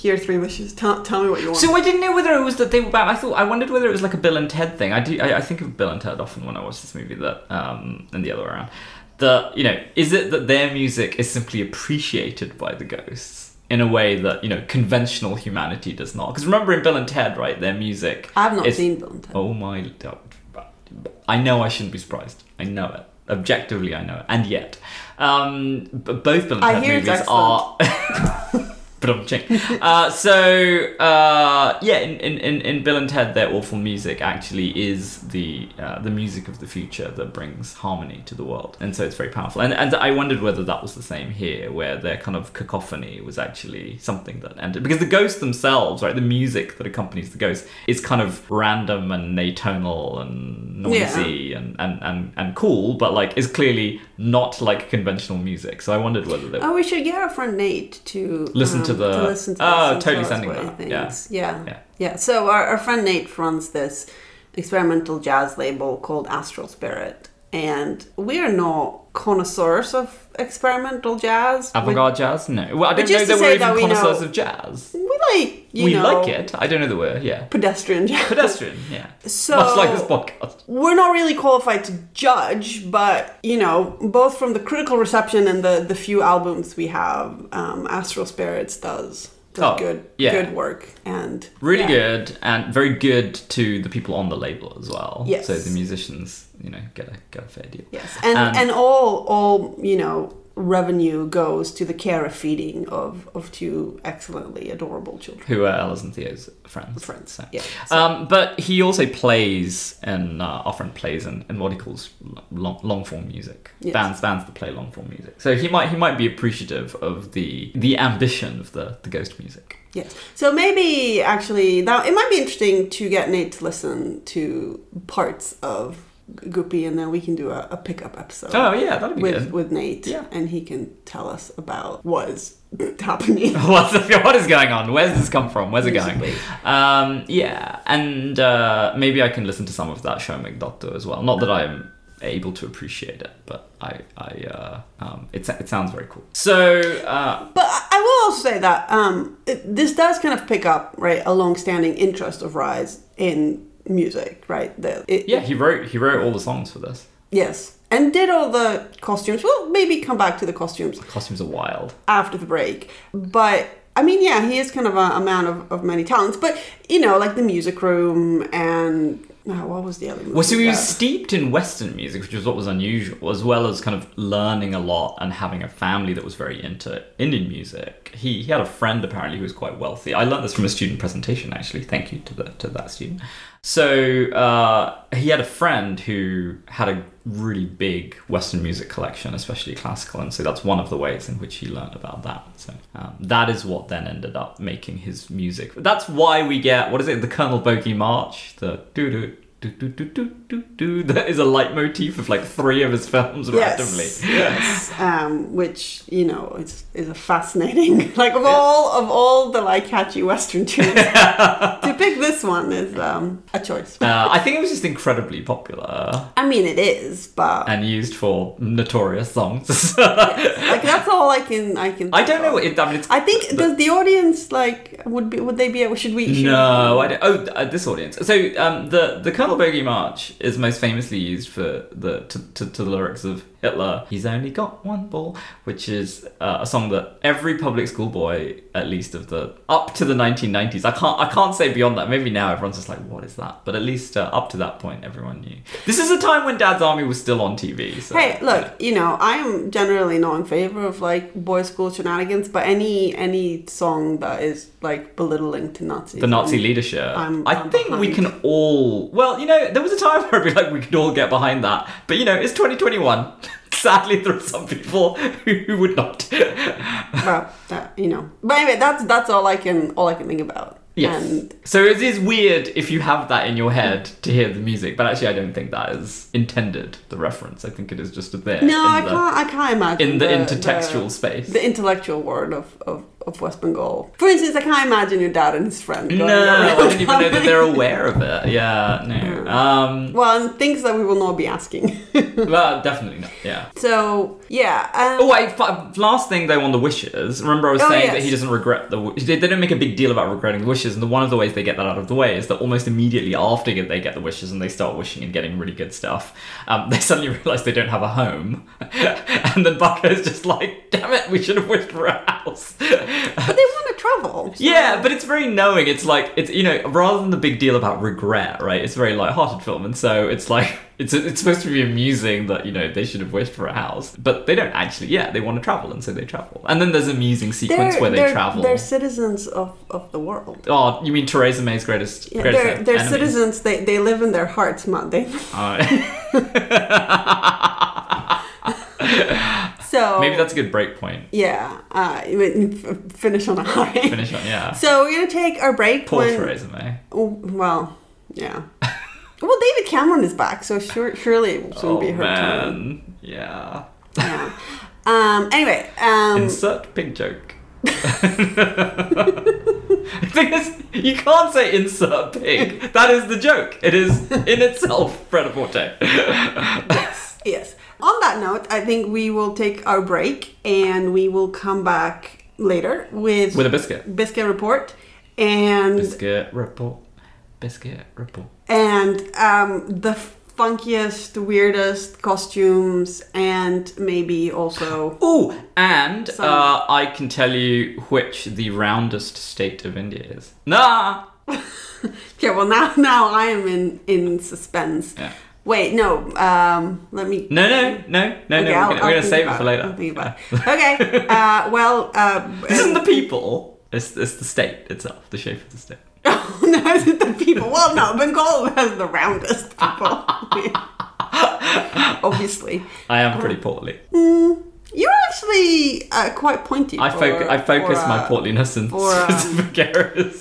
[SPEAKER 2] here are three wishes. Tell, tell me what you want.
[SPEAKER 1] So I didn't know whether it was that they were bad. I thought I wondered whether it was like a Bill and Ted thing. I do. I, I think of Bill and Ted often when I watch this movie. That um, and the other way around. That you know, is it that their music is simply appreciated by the ghosts in a way that you know conventional humanity does not? Because remember in Bill and Ted, right? Their music.
[SPEAKER 2] I've not
[SPEAKER 1] is-
[SPEAKER 2] seen Bill and Ted.
[SPEAKER 1] Oh my! I know I shouldn't be surprised. I know it. Objectively, I know it, and yet, um, b- both Bill and
[SPEAKER 2] I
[SPEAKER 1] Ted
[SPEAKER 2] hear it's
[SPEAKER 1] movies are. Ba-dum-ching. uh, so uh, yeah, in, in, in, in Bill and Ted, their awful music actually is the uh, the music of the future that brings harmony to the world, and so it's very powerful. And and I wondered whether that was the same here, where their kind of cacophony was actually something that ended because the ghosts themselves, right, the music that accompanies the ghosts is kind of random and atonal and noisy and, and and and cool, but like is clearly not like conventional music. So I wondered whether there.
[SPEAKER 2] Oh, we should get our friend Nate to
[SPEAKER 1] Listen to the-
[SPEAKER 2] listen to
[SPEAKER 1] Oh,
[SPEAKER 2] this and
[SPEAKER 1] totally
[SPEAKER 2] tell us
[SPEAKER 1] sending
[SPEAKER 2] what he
[SPEAKER 1] that. Yeah.
[SPEAKER 2] thinks. yeah,
[SPEAKER 1] Yeah.
[SPEAKER 2] yeah, So our, our friend Nate runs this experimental jazz label called Astral Spirit, and we are not connoisseurs of experimental jazz. We,
[SPEAKER 1] Avant-garde jazz? No. Well, I
[SPEAKER 2] But
[SPEAKER 1] don't
[SPEAKER 2] just
[SPEAKER 1] know
[SPEAKER 2] to
[SPEAKER 1] there were
[SPEAKER 2] say
[SPEAKER 1] even
[SPEAKER 2] that we
[SPEAKER 1] connoisseurs
[SPEAKER 2] know-
[SPEAKER 1] of jazz.
[SPEAKER 2] we like you
[SPEAKER 1] we
[SPEAKER 2] know
[SPEAKER 1] like it. I don't know the word. Yeah.
[SPEAKER 2] pedestrian jazz.
[SPEAKER 1] Pedestrian. Yeah.
[SPEAKER 2] So-
[SPEAKER 1] much like this podcast.
[SPEAKER 2] we're not really qualified to judge, but you know, both from the critical reception and the the few albums we have, um, Astral Spirits does, does
[SPEAKER 1] Oh,
[SPEAKER 2] good
[SPEAKER 1] yeah.
[SPEAKER 2] good work and
[SPEAKER 1] Really
[SPEAKER 2] yeah.
[SPEAKER 1] good and very good to the people on the label as well.
[SPEAKER 2] Yes.
[SPEAKER 1] So the musicians, you know, get a get a fair deal.
[SPEAKER 2] Yes, and
[SPEAKER 1] And-
[SPEAKER 2] and, all all you know revenue goes to the care of feeding of of two excellently adorable children.
[SPEAKER 1] Who are Alice and Theo's friends?
[SPEAKER 2] Friends,
[SPEAKER 1] So.
[SPEAKER 2] yeah.
[SPEAKER 1] Um, but he also plays and uh, often plays in, in what he calls l- long, long form music.
[SPEAKER 2] Yes.
[SPEAKER 1] Bands bands that play long form music. So he might he might be appreciative of the the ambition of the, the ghost music.
[SPEAKER 2] Yes. So maybe actually that it might be interesting to get Nate to listen to parts of Goopy, and then we can do a, a pickup episode.
[SPEAKER 1] Oh yeah, that'd be
[SPEAKER 2] with
[SPEAKER 1] good.
[SPEAKER 2] with Nate,
[SPEAKER 1] Yeah.
[SPEAKER 2] and he can tell us about what's happening.
[SPEAKER 1] What's, what is going on? Where's this come from? Where's it going?
[SPEAKER 2] Basically.
[SPEAKER 1] Um, yeah, and uh, maybe I can listen to some of that show McDoctor as well. Not that I'm able to appreciate it, but I, I, uh, um, it, sa- it sounds very cool. So, uh,
[SPEAKER 2] But I I will also say that um, it, this does kind of pick up right a long-standing interest of Rise in music, right? The, it,
[SPEAKER 1] yeah, he wrote he wrote all the songs for this.
[SPEAKER 2] Yes, and did all the costumes. We'll maybe come back to the costumes
[SPEAKER 1] Costumes are wild.
[SPEAKER 2] after the break, but. I mean, yeah, he is kind of a, a man of, of many talents, but you know, like the music room and oh, what was the other?
[SPEAKER 1] Well, so
[SPEAKER 2] movie
[SPEAKER 1] he was
[SPEAKER 2] that-
[SPEAKER 1] steeped in Western music, which is what was unusual, as well as kind of learning a lot and having a family that was very into Indian music. He, he had a friend apparently who was quite wealthy. I learned this from a student presentation, actually. Thank you to the to that student. So uh, he had a friend who had a really big Western music collection, especially classical, and so that's one of the ways in which he learned about that. So um, that is what then ended up making his music. That's why we get what is it? The Colonel Bogey March, the doo doo do, do, do, do, do, do. That is a leitmotif of like three of his films randomly.
[SPEAKER 2] Yes, yes. Um, which you know is is a fascinating like of all of all the like catchy western tunes to pick this one is um, a choice.
[SPEAKER 1] Uh, I think it was just incredibly popular
[SPEAKER 2] I mean it is, but
[SPEAKER 1] and used for notorious songs.
[SPEAKER 2] like that's all I can I can.
[SPEAKER 1] I don't know.
[SPEAKER 2] think
[SPEAKER 1] It, I mean, it's
[SPEAKER 2] of. I think does the audience like would be would they be able should we? Should
[SPEAKER 1] No, I don't. Oh, uh, this audience. So um, the the Colonel Bogey March is most famously used for the to, to, to the lyrics of Hitler. He's only got one ball, which is uh, a song that every public school boy, at least of the up to the 1990s. I can't I can't say beyond that. Maybe now everyone's just like, what is that? But at least uh, up to that point, everyone knew. This is a time when Dad's Army was still on TV. So,
[SPEAKER 2] Hey, look, you know, I am generally not in favor of like boys' school shenanigans, but any any song that is like belittling to Nazis,
[SPEAKER 1] the Nazi
[SPEAKER 2] I'm-
[SPEAKER 1] leadership.
[SPEAKER 2] I'm-
[SPEAKER 1] I
[SPEAKER 2] I'm
[SPEAKER 1] think we
[SPEAKER 2] behind.
[SPEAKER 1] can all. Well, you know, there was a time where I'd be like, we could all get behind that. But you know, it's 2021. Sadly, there are some people who who would not.
[SPEAKER 2] well, that, you know. But anyway, that's that's all I can all I can think about.
[SPEAKER 1] yes.
[SPEAKER 2] And
[SPEAKER 1] So it is weird if you have that in your head to hear the music, but actually, I don't think that is intended. The reference. I think it is just a there.
[SPEAKER 2] no, I
[SPEAKER 1] in the,
[SPEAKER 2] can't. I can't imagine
[SPEAKER 1] In the, intertextual space.
[SPEAKER 2] the, intellectual word of, of of West Bengal. For instance, I can't imagine your dad and his friend. Going
[SPEAKER 1] no, I
[SPEAKER 2] around
[SPEAKER 1] don't even know that they're aware of it. Yeah, no. Um,
[SPEAKER 2] Well, and things that we will not be asking.
[SPEAKER 1] well, definitely not. Yeah.
[SPEAKER 2] so yeah. Um,
[SPEAKER 1] Oh, I, f- last thing though on the wishes. Remember, I was
[SPEAKER 2] Oh,
[SPEAKER 1] saying
[SPEAKER 2] yes.
[SPEAKER 1] that he doesn't regret the. wi- They, they don't make a big deal about regretting the wishes, and the, one of the ways they get that out of the way is that almost immediately after get- they get the wishes and they start wishing and getting really good stuff, um, they suddenly realize they don't have a home, and then Bucko's just like, "Damn it, we should have wished for a house."
[SPEAKER 2] But they want to travel. so-
[SPEAKER 1] Yeah, but it's very knowing. It's like it's you know rather than the big deal about regret, right? It's a very light-hearted film, and so it's like it's it's supposed to be amusing that you know they should have wished for a house, but they don't actually. Yeah, they want to travel, and so they travel. And then there's an amusing sequence
[SPEAKER 2] They're-
[SPEAKER 1] where they
[SPEAKER 2] they're-
[SPEAKER 1] travel.
[SPEAKER 2] They're citizens of, of the world.
[SPEAKER 1] Oh, you mean Theresa May's greatest?
[SPEAKER 2] Yeah,
[SPEAKER 1] greatest
[SPEAKER 2] they're they're
[SPEAKER 1] enemy.
[SPEAKER 2] citizens. They, they live in their hearts, man. They,
[SPEAKER 1] Alright.
[SPEAKER 2] so
[SPEAKER 1] Maybe that's a good break point.
[SPEAKER 2] yeah. Uh, I mean, f- finish on a high.
[SPEAKER 1] Finish on yeah.
[SPEAKER 2] So we're gonna take our break.
[SPEAKER 1] Poor
[SPEAKER 2] when-
[SPEAKER 1] Theresa May.
[SPEAKER 2] Oh, well, yeah. well, David Cameron is back, so sure, surely it will soon
[SPEAKER 1] Oh
[SPEAKER 2] be her turn.
[SPEAKER 1] man, yeah.
[SPEAKER 2] Yeah. Um. Anyway. Um.
[SPEAKER 1] Insert pig joke. I think it's- you can't say insert pig. That is the joke. It is in itself bread and forte.
[SPEAKER 2] yes. Yes. On that note, I think we will take our break, and we will come back later with
[SPEAKER 1] With a biscuit.
[SPEAKER 2] biscuit report and
[SPEAKER 1] Biscuit report. Biscuit report.
[SPEAKER 2] and um the funkiest weirdest costumes and maybe also
[SPEAKER 1] Ooh, and
[SPEAKER 2] Some-
[SPEAKER 1] uh, I can tell you which the roundest state of India is. Nah.
[SPEAKER 2] okay well now now i am in in suspense
[SPEAKER 1] Yeah.
[SPEAKER 2] wait no um let me
[SPEAKER 1] No, no, no, no,
[SPEAKER 2] Okay,
[SPEAKER 1] no. We're
[SPEAKER 2] I'll-
[SPEAKER 1] gonna, we're
[SPEAKER 2] I'll
[SPEAKER 1] gonna
[SPEAKER 2] think
[SPEAKER 1] save it
[SPEAKER 2] about
[SPEAKER 1] for later.
[SPEAKER 2] I'll think about
[SPEAKER 1] Yeah.
[SPEAKER 2] it. Okay. Uh, well, uh,
[SPEAKER 1] this isn't the people. It's, it's the state itself, the shape of the state.
[SPEAKER 2] oh, no, is it the people? Well, no, Bengal has the roundest people. Obviously,
[SPEAKER 1] I
[SPEAKER 2] Uh-huh.
[SPEAKER 1] am pretty portly.
[SPEAKER 2] you're actually uh, quite pointy.
[SPEAKER 1] I,
[SPEAKER 2] for-
[SPEAKER 1] foc- I focus
[SPEAKER 2] for,
[SPEAKER 1] my
[SPEAKER 2] uh,
[SPEAKER 1] portliness in
[SPEAKER 2] for, um,
[SPEAKER 1] specific areas.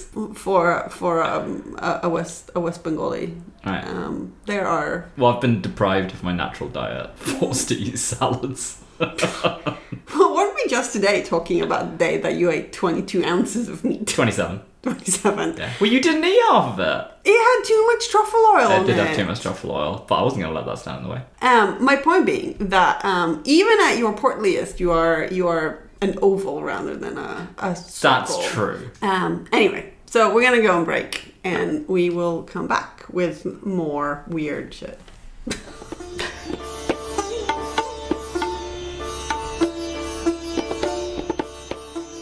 [SPEAKER 2] for for um, a, a West a West Bengali.
[SPEAKER 1] Right.
[SPEAKER 2] Um, there are
[SPEAKER 1] Well, I've been deprived of my natural diet, forced to eat salads.
[SPEAKER 2] weren't we just today talking about the day that you ate 22 ounces of meat?
[SPEAKER 1] 27.
[SPEAKER 2] 27.
[SPEAKER 1] Yeah. Well, you didn't eat half of it.
[SPEAKER 2] It had too much truffle oil.
[SPEAKER 1] I
[SPEAKER 2] on
[SPEAKER 1] did
[SPEAKER 2] it.
[SPEAKER 1] have too much truffle oil, but I wasn't going to let that stand in the way.
[SPEAKER 2] Um, my point being that um, even at your portliest, you are you are an oval rather than a, a circle.
[SPEAKER 1] That's true.
[SPEAKER 2] Um, anyway, so we're gonna go on break, and we will come back with more weird shit.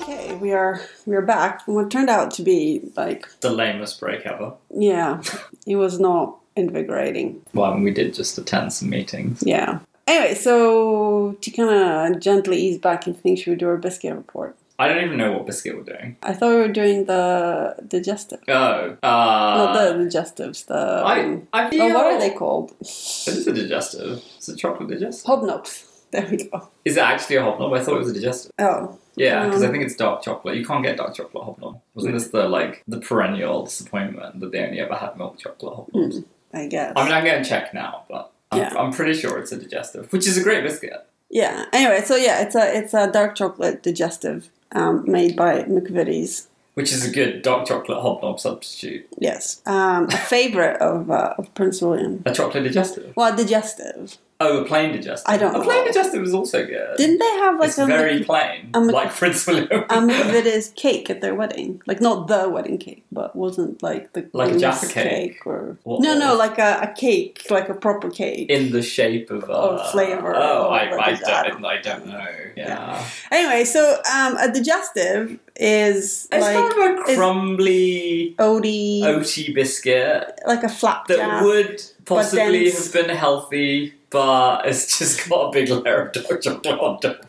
[SPEAKER 2] okay, we are we're back. and What turned out to be like,
[SPEAKER 1] The lamest break ever.
[SPEAKER 2] yeah, it was not invigorating.
[SPEAKER 1] Well, we did just attend some meetings.
[SPEAKER 2] Yeah. Anyway, so to kind of gently ease back into things, should we do our biscuit report?
[SPEAKER 1] I don't even know what biscuit we're doing.
[SPEAKER 2] I thought we were doing the digestive.
[SPEAKER 1] Oh, uh,
[SPEAKER 2] Not the digestives, the. um,
[SPEAKER 1] I
[SPEAKER 2] oh, what are they called?
[SPEAKER 1] This is a digestive. It's a chocolate digestive.
[SPEAKER 2] Hobnobs. There we go.
[SPEAKER 1] Is it actually a hobnob? I thought it was a digestive.
[SPEAKER 2] Oh,
[SPEAKER 1] Yeah, because I
[SPEAKER 2] Um,
[SPEAKER 1] think it's dark chocolate. You can't get dark chocolate hobnob. Wasn't this the like the perennial disappointment that they only ever had milk chocolate hobnobs?
[SPEAKER 2] I guess.
[SPEAKER 1] I mean, I'm going to check now, but I'm,
[SPEAKER 2] Hmm. Yeah.
[SPEAKER 1] I'm pretty sure it's a digestive, which is a great biscuit.
[SPEAKER 2] yeah. Anyway, so yeah, it's a it's a dark chocolate digestive um, made by McVitie's.
[SPEAKER 1] Which is a good dark chocolate hobnob substitute.
[SPEAKER 2] Yes, um, a favorite of uh, of Prince William.
[SPEAKER 1] A chocolate digestive.
[SPEAKER 2] Well, digestive.
[SPEAKER 1] Oh, a plain digestive.
[SPEAKER 2] I don't
[SPEAKER 1] A plain
[SPEAKER 2] know.
[SPEAKER 1] digestive is also good.
[SPEAKER 2] Didn't they have like
[SPEAKER 1] it's
[SPEAKER 2] a
[SPEAKER 1] very plain,
[SPEAKER 2] I'm a-
[SPEAKER 1] like Prince William.
[SPEAKER 2] Um, it is cake at their wedding. Like not the wedding cake, but wasn't like the
[SPEAKER 1] Like a
[SPEAKER 2] queen's
[SPEAKER 1] Jaffa cake?
[SPEAKER 2] or
[SPEAKER 1] What-
[SPEAKER 2] no, no,
[SPEAKER 1] what-
[SPEAKER 2] like a, a cake, like a proper cake.
[SPEAKER 1] in the shape of uh,
[SPEAKER 2] Or flavour,
[SPEAKER 1] Oh,
[SPEAKER 2] or
[SPEAKER 1] I,
[SPEAKER 2] whatever
[SPEAKER 1] I,
[SPEAKER 2] it is, I
[SPEAKER 1] don't, I don't know. Yeah,
[SPEAKER 2] Anyway, so um, a digestive is
[SPEAKER 1] it's
[SPEAKER 2] like
[SPEAKER 1] kind of a
[SPEAKER 2] it's- Mm.
[SPEAKER 1] crumbly,
[SPEAKER 2] oaty,
[SPEAKER 1] oaty biscuit.
[SPEAKER 2] like a
[SPEAKER 1] that
[SPEAKER 2] flapjack.
[SPEAKER 1] would possibly
[SPEAKER 2] dense.
[SPEAKER 1] have been healthy, but it's just got a big layer of dark chocolate on top,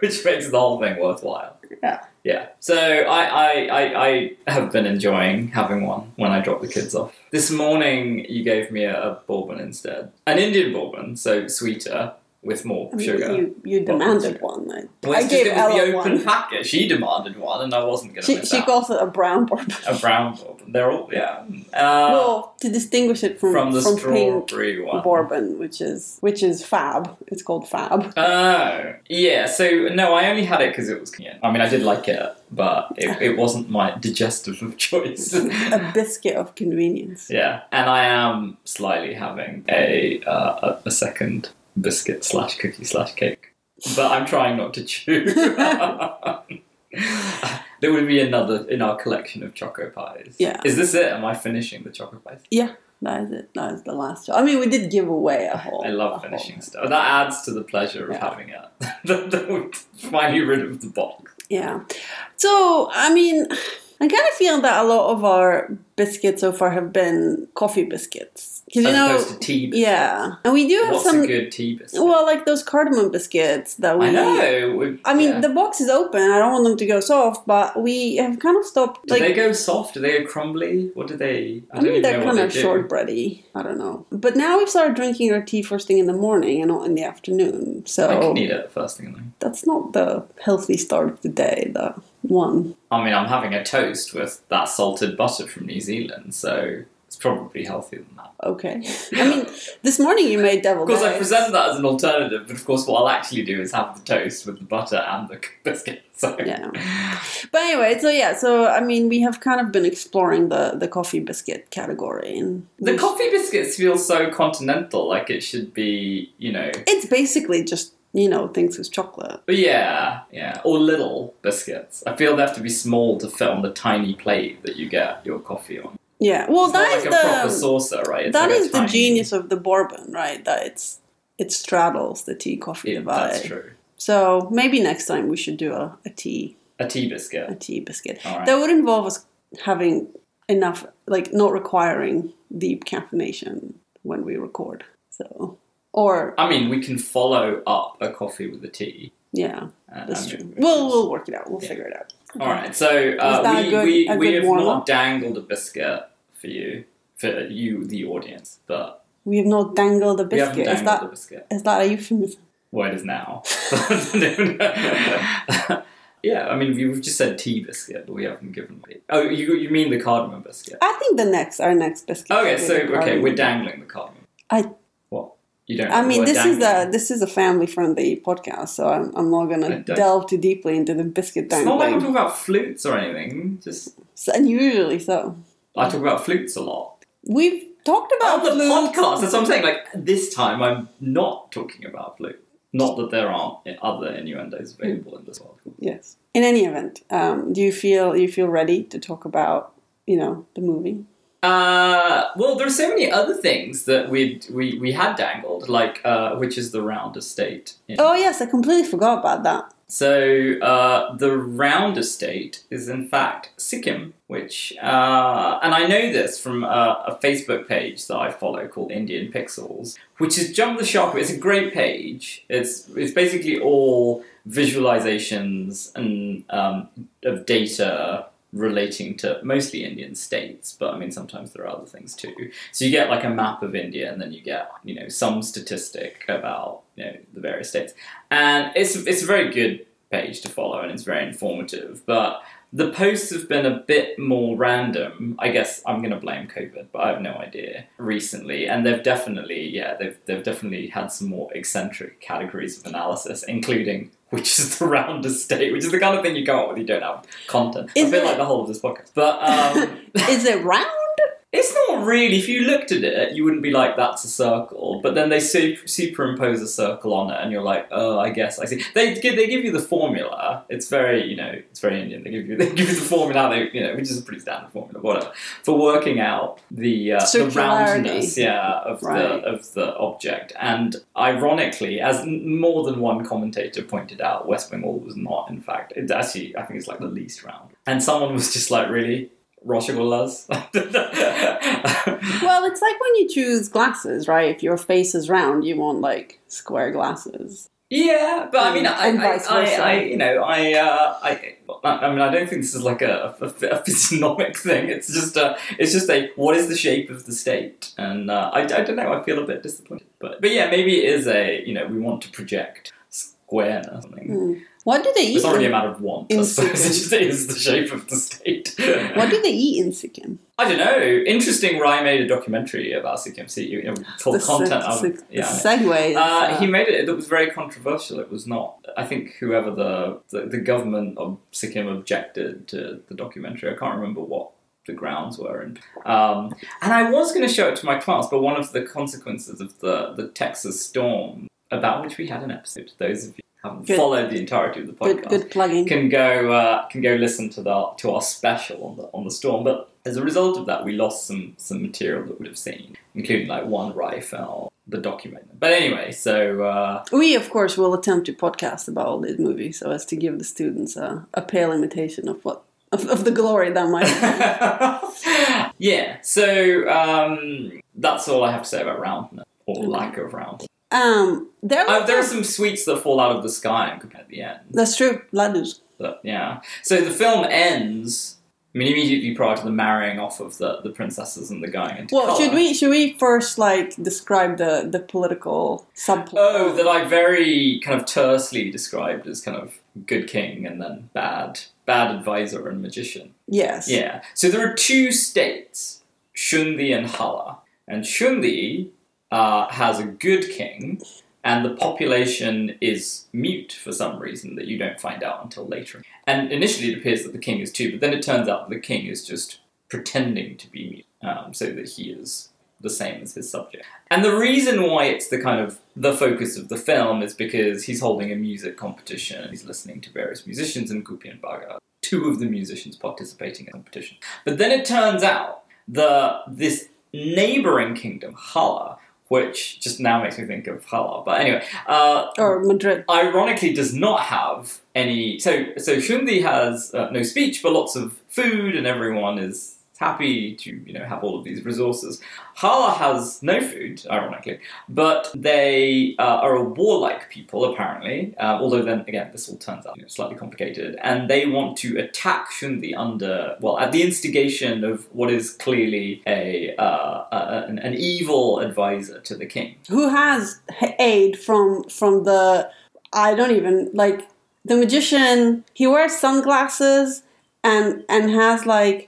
[SPEAKER 1] which makes the whole thing worthwhile.
[SPEAKER 2] Yeah.
[SPEAKER 1] Yeah. So I, I, I, I have been enjoying having one when I drop the kids off. This morning you gave me a, a bourbon instead. An Indian bourbon, so sweeter with more
[SPEAKER 2] I mean,
[SPEAKER 1] sugar.
[SPEAKER 2] You you
[SPEAKER 1] Well,
[SPEAKER 2] demanded
[SPEAKER 1] sugar.
[SPEAKER 2] one. I,
[SPEAKER 1] Well,
[SPEAKER 2] I
[SPEAKER 1] it's
[SPEAKER 2] gave
[SPEAKER 1] just, it was
[SPEAKER 2] Ella
[SPEAKER 1] the open
[SPEAKER 2] one.
[SPEAKER 1] packet. She demanded one, and I wasn't going to
[SPEAKER 2] She,
[SPEAKER 1] miss
[SPEAKER 2] she
[SPEAKER 1] out.
[SPEAKER 2] calls it a brown bourbon.
[SPEAKER 1] a brown bourbon. They're all yeah. Uh,
[SPEAKER 2] well, to distinguish it from
[SPEAKER 1] from the
[SPEAKER 2] pink
[SPEAKER 1] strawberry one.
[SPEAKER 2] bourbon, which is which is fab. It's called fab.
[SPEAKER 1] Oh, yeah. So, no, I only had it because it was convenient. I mean, I did like it, but it, it wasn't my digestive of choice.
[SPEAKER 2] A biscuit of convenience.
[SPEAKER 1] yeah. And I am slyly having a, uh, a, a second biscuit slash cookie slash cake. But I'm trying not to chew. there would be another in our collection of choco pies.
[SPEAKER 2] Yeah.
[SPEAKER 1] Is this it? Am I finishing the choco pies?
[SPEAKER 2] That is it. That is the last show. I mean, we did give away a whole.
[SPEAKER 1] I
[SPEAKER 2] a
[SPEAKER 1] love
[SPEAKER 2] whole-
[SPEAKER 1] finishing stuff. That adds to the pleasure of
[SPEAKER 2] Yeah.
[SPEAKER 1] having it. Finally rid of the box.
[SPEAKER 2] Yeah. So, I mean, I kind of feel that a lot of our biscuits so far have been coffee biscuits. Because, you
[SPEAKER 1] As
[SPEAKER 2] know,
[SPEAKER 1] opposed to tea biscuits.
[SPEAKER 2] yeah. And we do have
[SPEAKER 1] What's
[SPEAKER 2] some,
[SPEAKER 1] a good tea biscuit?
[SPEAKER 2] well, like those cardamom biscuits that we
[SPEAKER 1] I know. we-
[SPEAKER 2] I mean,
[SPEAKER 1] yeah.
[SPEAKER 2] the box is open. I don't want them to go soft, but we have kind of stopped.
[SPEAKER 1] do
[SPEAKER 2] Like,
[SPEAKER 1] they go soft? Do they go crumbly? What do they? I
[SPEAKER 2] I,
[SPEAKER 1] don't
[SPEAKER 2] mean,
[SPEAKER 1] even
[SPEAKER 2] they're
[SPEAKER 1] know what
[SPEAKER 2] kind
[SPEAKER 1] they
[SPEAKER 2] of
[SPEAKER 1] do.
[SPEAKER 2] shortbready. I don't know. But now we've started drinking our tea first thing in the morning and not in the afternoon.
[SPEAKER 1] I
[SPEAKER 2] So
[SPEAKER 1] could eat it first thing in the morning.
[SPEAKER 2] that's not the healthy start of the day, that one.
[SPEAKER 1] I mean, I'm having a toast with that salted butter from New Zealand, so it's probably healthier than that.
[SPEAKER 2] Okay. I mean, this morning you made deviled
[SPEAKER 1] Of course, I
[SPEAKER 2] eggs.
[SPEAKER 1] present that as an alternative, but of course, what I'll actually do is have the toast with the butter and the biscuit. So
[SPEAKER 2] Yeah. But anyway, so yeah, so I mean, we have kind of been exploring the, the coffee biscuit category. and
[SPEAKER 1] the
[SPEAKER 2] we-
[SPEAKER 1] coffee biscuits feel so continental, like it should be, you know.
[SPEAKER 2] It's basically just, you know, things with chocolate.
[SPEAKER 1] But yeah, yeah, or little biscuits. I feel they have to be small to fit on the tiny plate that you get your coffee on.
[SPEAKER 2] Yeah. Well,
[SPEAKER 1] It's not
[SPEAKER 2] that
[SPEAKER 1] like
[SPEAKER 2] is
[SPEAKER 1] a proper
[SPEAKER 2] the.
[SPEAKER 1] saucer, right? It's
[SPEAKER 2] that
[SPEAKER 1] like a
[SPEAKER 2] is the
[SPEAKER 1] tiny-
[SPEAKER 2] genius of the bourbon, right? That it's it straddles the tea coffee
[SPEAKER 1] Yeah,
[SPEAKER 2] divide.
[SPEAKER 1] that's true.
[SPEAKER 2] So maybe next time we should do a, a tea
[SPEAKER 1] A tea
[SPEAKER 2] a
[SPEAKER 1] biscuit.
[SPEAKER 2] tea biscuit.
[SPEAKER 1] All right.
[SPEAKER 2] That would involve us having enough, like not requiring deep caffeination when we record. So or
[SPEAKER 1] I mean, we can follow up a coffee with a tea.
[SPEAKER 2] yeah,
[SPEAKER 1] Uh,
[SPEAKER 2] that's
[SPEAKER 1] and-
[SPEAKER 2] true. We'll we'll work it out. We'll
[SPEAKER 1] Yeah.
[SPEAKER 2] figure it out.
[SPEAKER 1] All right. So uh,
[SPEAKER 2] that a
[SPEAKER 1] we,
[SPEAKER 2] good-
[SPEAKER 1] we,
[SPEAKER 2] a
[SPEAKER 1] we
[SPEAKER 2] good
[SPEAKER 1] have
[SPEAKER 2] warm-up?
[SPEAKER 1] not dangled a biscuit for you, for you, the audience, but
[SPEAKER 2] We have not dangled a
[SPEAKER 1] we haven't
[SPEAKER 2] biscuit. Is
[SPEAKER 1] dangled
[SPEAKER 2] that
[SPEAKER 1] a biscuit.
[SPEAKER 2] is that a euphemism?
[SPEAKER 1] Word is now. yeah, I mean, we've just said tea biscuit, but we haven't given. Oh, you you mean the cardamom biscuit?
[SPEAKER 2] I think the next our next biscuit.
[SPEAKER 1] Okay,
[SPEAKER 2] should be
[SPEAKER 1] so
[SPEAKER 2] the
[SPEAKER 1] okay,
[SPEAKER 2] cardamom.
[SPEAKER 1] we're dangling the cardamom.
[SPEAKER 2] I-
[SPEAKER 1] what you don't.
[SPEAKER 2] I
[SPEAKER 1] know the
[SPEAKER 2] mean,
[SPEAKER 1] word
[SPEAKER 2] this is a
[SPEAKER 1] dangling.
[SPEAKER 2] this is a family friendly podcast, so I'm, I'm not
[SPEAKER 1] I
[SPEAKER 2] gonna
[SPEAKER 1] don't-
[SPEAKER 2] delve too deeply into the biscuit
[SPEAKER 1] It's not like I'm
[SPEAKER 2] dangling.
[SPEAKER 1] talking about flutes or anything. Just
[SPEAKER 2] It's unusually so.
[SPEAKER 1] I talk about flutes a lot.
[SPEAKER 2] We've talked about
[SPEAKER 1] about the
[SPEAKER 2] flutes.
[SPEAKER 1] podcast. That's what I'm saying. Like this time, I'm not talking about blue. Not that there aren't other innuendos available in this world.
[SPEAKER 2] Yes. In any event, um, do you feel you feel ready to talk about you know the movie?
[SPEAKER 1] Uh, well, there are so many other things that we we we had dangled, like uh, which is the round estate. in-
[SPEAKER 2] Oh yes, I completely forgot about that.
[SPEAKER 1] So uh, the round estate is in fact Sikkim, which uh, and I know this from a, a Facebook page that I follow called Indian Pixels, which is jump the shark. It's a great page. It's it's basically all visualizations and um, of data relating to mostly Indian states, but I mean sometimes there are other things too. So you get like a map of India, and then you get you know some statistic about you know the various states, and it's it's a very good page to follow, and it's very informative. But the posts have been a bit more random. I guess I'm going to blame COVID, but I have no idea. Recently, and they've definitely yeah they've they've definitely had some more eccentric categories of analysis, including. Which is the round estate, which is the kind of thing you come up with. You don't have content. I
[SPEAKER 2] Is
[SPEAKER 1] feel
[SPEAKER 2] it-
[SPEAKER 1] like the whole of this podcast, but um,
[SPEAKER 2] Is it round?
[SPEAKER 1] it's not really. If you looked at it, you wouldn't be like, "That's a circle." But then they su- superimpose a circle on it, and you're like, "Oh, I guess I see." They give, they give you the formula. It's very you know, it's very Indian. They give you they give you the formula. They, you know, which is a pretty standard formula, whatever, for working out the uh, the
[SPEAKER 2] Circularity.
[SPEAKER 1] roundness, yeah, of
[SPEAKER 2] Right.
[SPEAKER 1] the of the object. And ironically, as n- more than one commentator pointed out, West Bengal was not, in fact, it's actually I think it's like the least round. And someone was just like, "Really." Roshagullas.
[SPEAKER 2] Well, it's like when you choose glasses, right? If your face is round, you want like square glasses.
[SPEAKER 1] yeah, but I mean, I,
[SPEAKER 2] And
[SPEAKER 1] I,
[SPEAKER 2] vice
[SPEAKER 1] I,
[SPEAKER 2] versa.
[SPEAKER 1] I- you know, I, uh, I, I mean, I don't think this is like a, a, a physiognomic thing. It's just a, it's just a, what is the shape of the state? And uh, I, I don't know. I feel a bit disappointed, but but yeah, maybe it is a, you know, we want to project squareness. or something.
[SPEAKER 2] Mm. What do they eat?
[SPEAKER 1] It's not really a
[SPEAKER 2] in-
[SPEAKER 1] matter of want. I
[SPEAKER 2] In
[SPEAKER 1] suppose it
[SPEAKER 2] Sikkim.
[SPEAKER 1] just is the shape of the state.
[SPEAKER 2] what do they eat in Sikkim?
[SPEAKER 1] I don't know. Interesting. Where I made a documentary about CKMC. You know, called content.
[SPEAKER 2] seg-
[SPEAKER 1] Out.
[SPEAKER 2] seg-
[SPEAKER 1] yeah, I know.
[SPEAKER 2] the segue. is,
[SPEAKER 1] Uh,
[SPEAKER 2] uh,
[SPEAKER 1] he made it. It was very controversial. It was not. I think whoever the the, the government of Sikkim objected to the documentary. I can't remember what the grounds were, and um, and I was going to show it to my class, but one of the consequences of the the Texas storm about which we had an episode. Those of you who haven't
[SPEAKER 2] Good.
[SPEAKER 1] followed the entirety of the podcast,
[SPEAKER 2] good, good plugging.
[SPEAKER 1] can go uh, can go listen to the to our special on the on the storm. But as a result of that, we lost some some material that would have seen, including like one rifle, the document. But anyway, so uh,
[SPEAKER 2] We, of course, will attempt to podcast about all these movies so as to give the students a, a pale imitation of what of, of the glory that might.
[SPEAKER 1] yeah, so um, that's all I have to say about roundness or lack of roundness.
[SPEAKER 2] um, there,
[SPEAKER 1] Uh, there are some sweets that fall out of the sky and compared at the end.
[SPEAKER 2] That's true, Ladus.
[SPEAKER 1] But yeah, so the film ends. I mean, immediately prior to the marrying off of the, the princesses and the going into
[SPEAKER 2] Well,
[SPEAKER 1] colour.
[SPEAKER 2] should we should we first like describe the the political subplot?
[SPEAKER 1] Oh, that I very kind of tersely described as kind of good king and then bad, bad advisor and magician.
[SPEAKER 2] yes.
[SPEAKER 1] Yeah. So there are two states, Shundi and Hala. And Shundi uh, has a good king, and the population is mute for some reason that you don't find out until later. And initially it appears that the king is too, but then it turns out that the king is just pretending to be mute um, so that he is the same as his subject. And the reason why it's the kind of the focus of the film is because he's holding a music competition and he's listening to various musicians in Gupi and Baga, two of the musicians participating in the competition. But then it turns out that this neighboring kingdom, Hala, which just now makes me think of Hala, but anyway, uh,
[SPEAKER 2] Or Madrid.
[SPEAKER 1] ironically does not have any. So so Shundi has uh, no speech, but lots of food, and everyone is happy to you know have all of these resources. Hala has no food, ironically, but they uh, are a warlike people apparently. Uh, although then again, this all turns out you know, slightly complicated, and they want to attack Shundi under well at the instigation of what is clearly a, uh, a an, an evil advisor to the king.
[SPEAKER 2] Who has h- aid from from the? I don't even like the magician. He wears sunglasses and and has like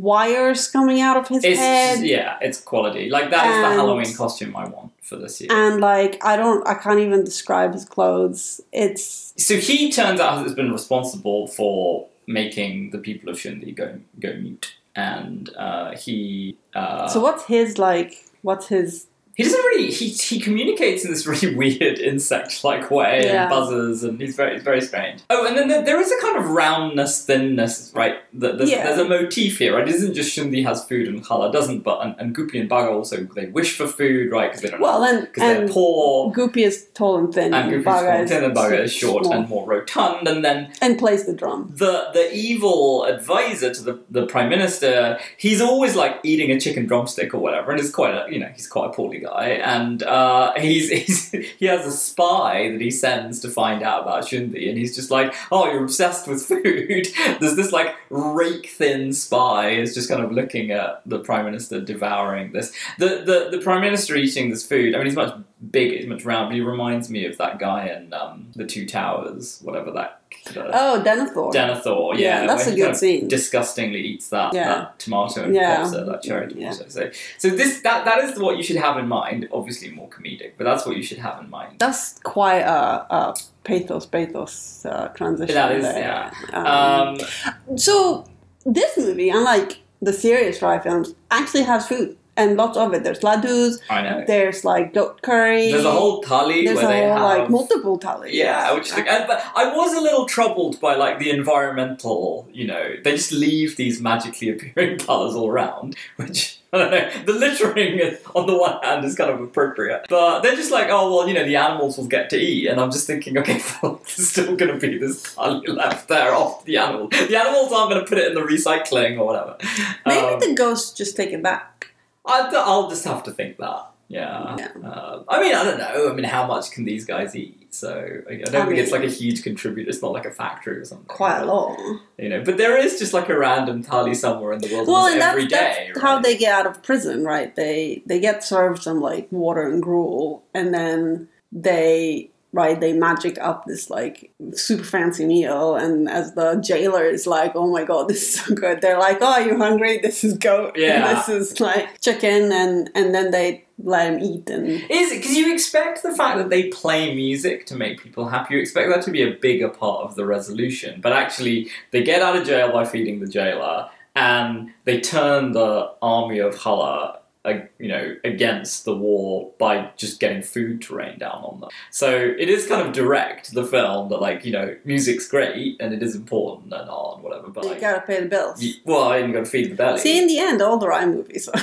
[SPEAKER 2] wires coming out of his
[SPEAKER 1] It's
[SPEAKER 2] head.
[SPEAKER 1] yeah, it's quality. Like that is
[SPEAKER 2] And-
[SPEAKER 1] the Halloween costume I want for this year.
[SPEAKER 2] and like I don't I can't even describe his clothes. It's
[SPEAKER 1] so he turns out has been responsible for making the people of Shundi go go mute, and uh, he uh,
[SPEAKER 2] so what's his like what's his
[SPEAKER 1] he doesn't really he he communicates in this really weird insect like way
[SPEAKER 2] Yeah.
[SPEAKER 1] and buzzes, and he's very he's very strange. Oh, and then there, there is a kind of roundness thinness, right? That there's,
[SPEAKER 2] Yeah.
[SPEAKER 1] there's a motif here, right? It isn't just Shundi has food and Hala doesn't, but and, and Gupi and Baga also they wish for food, right? Because they don't
[SPEAKER 2] well and
[SPEAKER 1] because they're
[SPEAKER 2] and
[SPEAKER 1] poor.
[SPEAKER 2] Goopy is tall and thin
[SPEAKER 1] and Goofy's
[SPEAKER 2] Baga
[SPEAKER 1] form Tenenbaga is
[SPEAKER 2] small
[SPEAKER 1] short and more rotund, and then
[SPEAKER 2] and plays the drum.
[SPEAKER 1] the the evil advisor to the, the prime minister, he's always like eating a chicken drumstick or whatever, and is quite a you know he's quite a poorly guy, and uh, he's, he's he has a spy that he sends to find out about Shundi, and he's just like, oh, you're obsessed with food. There's this like rake thin spy is just kind of looking at the prime minister devouring this. The the the prime minister eating this food. I mean, he's much bigger, he's much round, but he reminds me of that guy in um, the Two Towers, whatever that. uh, the-
[SPEAKER 2] Oh, Denethor.
[SPEAKER 1] Denethor, yeah.
[SPEAKER 2] Yeah, that's
[SPEAKER 1] where he
[SPEAKER 2] a good
[SPEAKER 1] kind of
[SPEAKER 2] scene.
[SPEAKER 1] Disgustingly eats that,
[SPEAKER 2] Yeah.
[SPEAKER 1] that tomato and
[SPEAKER 2] Yeah.
[SPEAKER 1] pops it, that cherry
[SPEAKER 2] Yeah.
[SPEAKER 1] tomato. So, so this that that is what you should have in mind. Obviously, more comedic, but that's what you should have in mind.
[SPEAKER 2] That's quite a, a pathos pathos uh, transition.
[SPEAKER 1] That is,
[SPEAKER 2] there.
[SPEAKER 1] yeah.
[SPEAKER 2] Um,
[SPEAKER 1] Um,
[SPEAKER 2] so this movie, unlike the serious Rye films, actually has food and lots of it. There's ladoos.
[SPEAKER 1] I know.
[SPEAKER 2] There's like goat curry.
[SPEAKER 1] There's a whole tally
[SPEAKER 2] There's
[SPEAKER 1] where they
[SPEAKER 2] a whole
[SPEAKER 1] have
[SPEAKER 2] like multiple tallies.
[SPEAKER 1] Yeah, which is, and, but I was a little troubled by like the environmental, you know, they just leave these magically appearing colours all around, which I don't know. The littering is- on the one hand is kind of appropriate, but they're just like, oh well, you know, the animals will get to eat, and I'm just thinking, okay, well, there's still going to be this tally left there off the animal. The animals aren't going to put it in the recycling or whatever.
[SPEAKER 2] Maybe
[SPEAKER 1] Um,
[SPEAKER 2] the ghosts just take it back.
[SPEAKER 1] I, I'll just have to think that. Yeah. Um, I mean, I don't know. I mean, how much can these guys eat? So I don't
[SPEAKER 2] I
[SPEAKER 1] think it's
[SPEAKER 2] mean-
[SPEAKER 1] like a huge contributor. It's not like a factory or something.
[SPEAKER 2] Quite a lot.
[SPEAKER 1] You know, but there is just like a random tally somewhere in the wilderness
[SPEAKER 2] Well, and
[SPEAKER 1] every
[SPEAKER 2] that's,
[SPEAKER 1] day.
[SPEAKER 2] that's how
[SPEAKER 1] right?
[SPEAKER 2] they get out of prison, right? They they get served some like water and gruel, and then they right they magic up this like super fancy meal. And as the jailer is like, "Oh my god, this is so good," they're like, "Oh, you hungry? This is goat.
[SPEAKER 1] Yeah.
[SPEAKER 2] this is like chicken," and and then they let him eat and.
[SPEAKER 1] Is it because you expect the fact that they play music to make people happy? You expect that to be a bigger part of the resolution, but actually, they get out of jail by feeding the jailer, and they turn the army of Hala uh, you know, against the war by just getting food to rain down on them. So it is kind of direct the film that like you know music's great and it is important and art and whatever, but
[SPEAKER 2] You
[SPEAKER 1] like,
[SPEAKER 2] gotta pay the bills.
[SPEAKER 1] you, well, and you got to feed the belly.
[SPEAKER 2] See, in the end, all the Ryan movies are.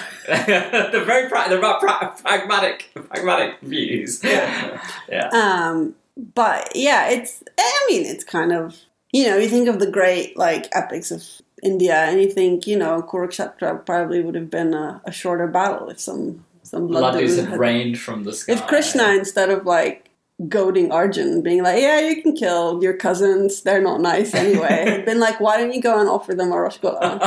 [SPEAKER 1] they're very pra- they're about pra- pragmatic pragmatic views.
[SPEAKER 2] Yeah.
[SPEAKER 1] yeah.
[SPEAKER 2] Um, but yeah, it's. I mean, it's kind of you know you think of the great like epics of India, and you think you know Kurukshetra probably would have been a, a shorter battle if some some blood
[SPEAKER 1] Laddus
[SPEAKER 2] dude
[SPEAKER 1] had
[SPEAKER 2] had,
[SPEAKER 1] rained from the sky.
[SPEAKER 2] if Krishna instead of like goading Arjun, being like, yeah, you can kill your cousins, they're not nice anyway, had been like, why don't you go and offer them a Roshgola?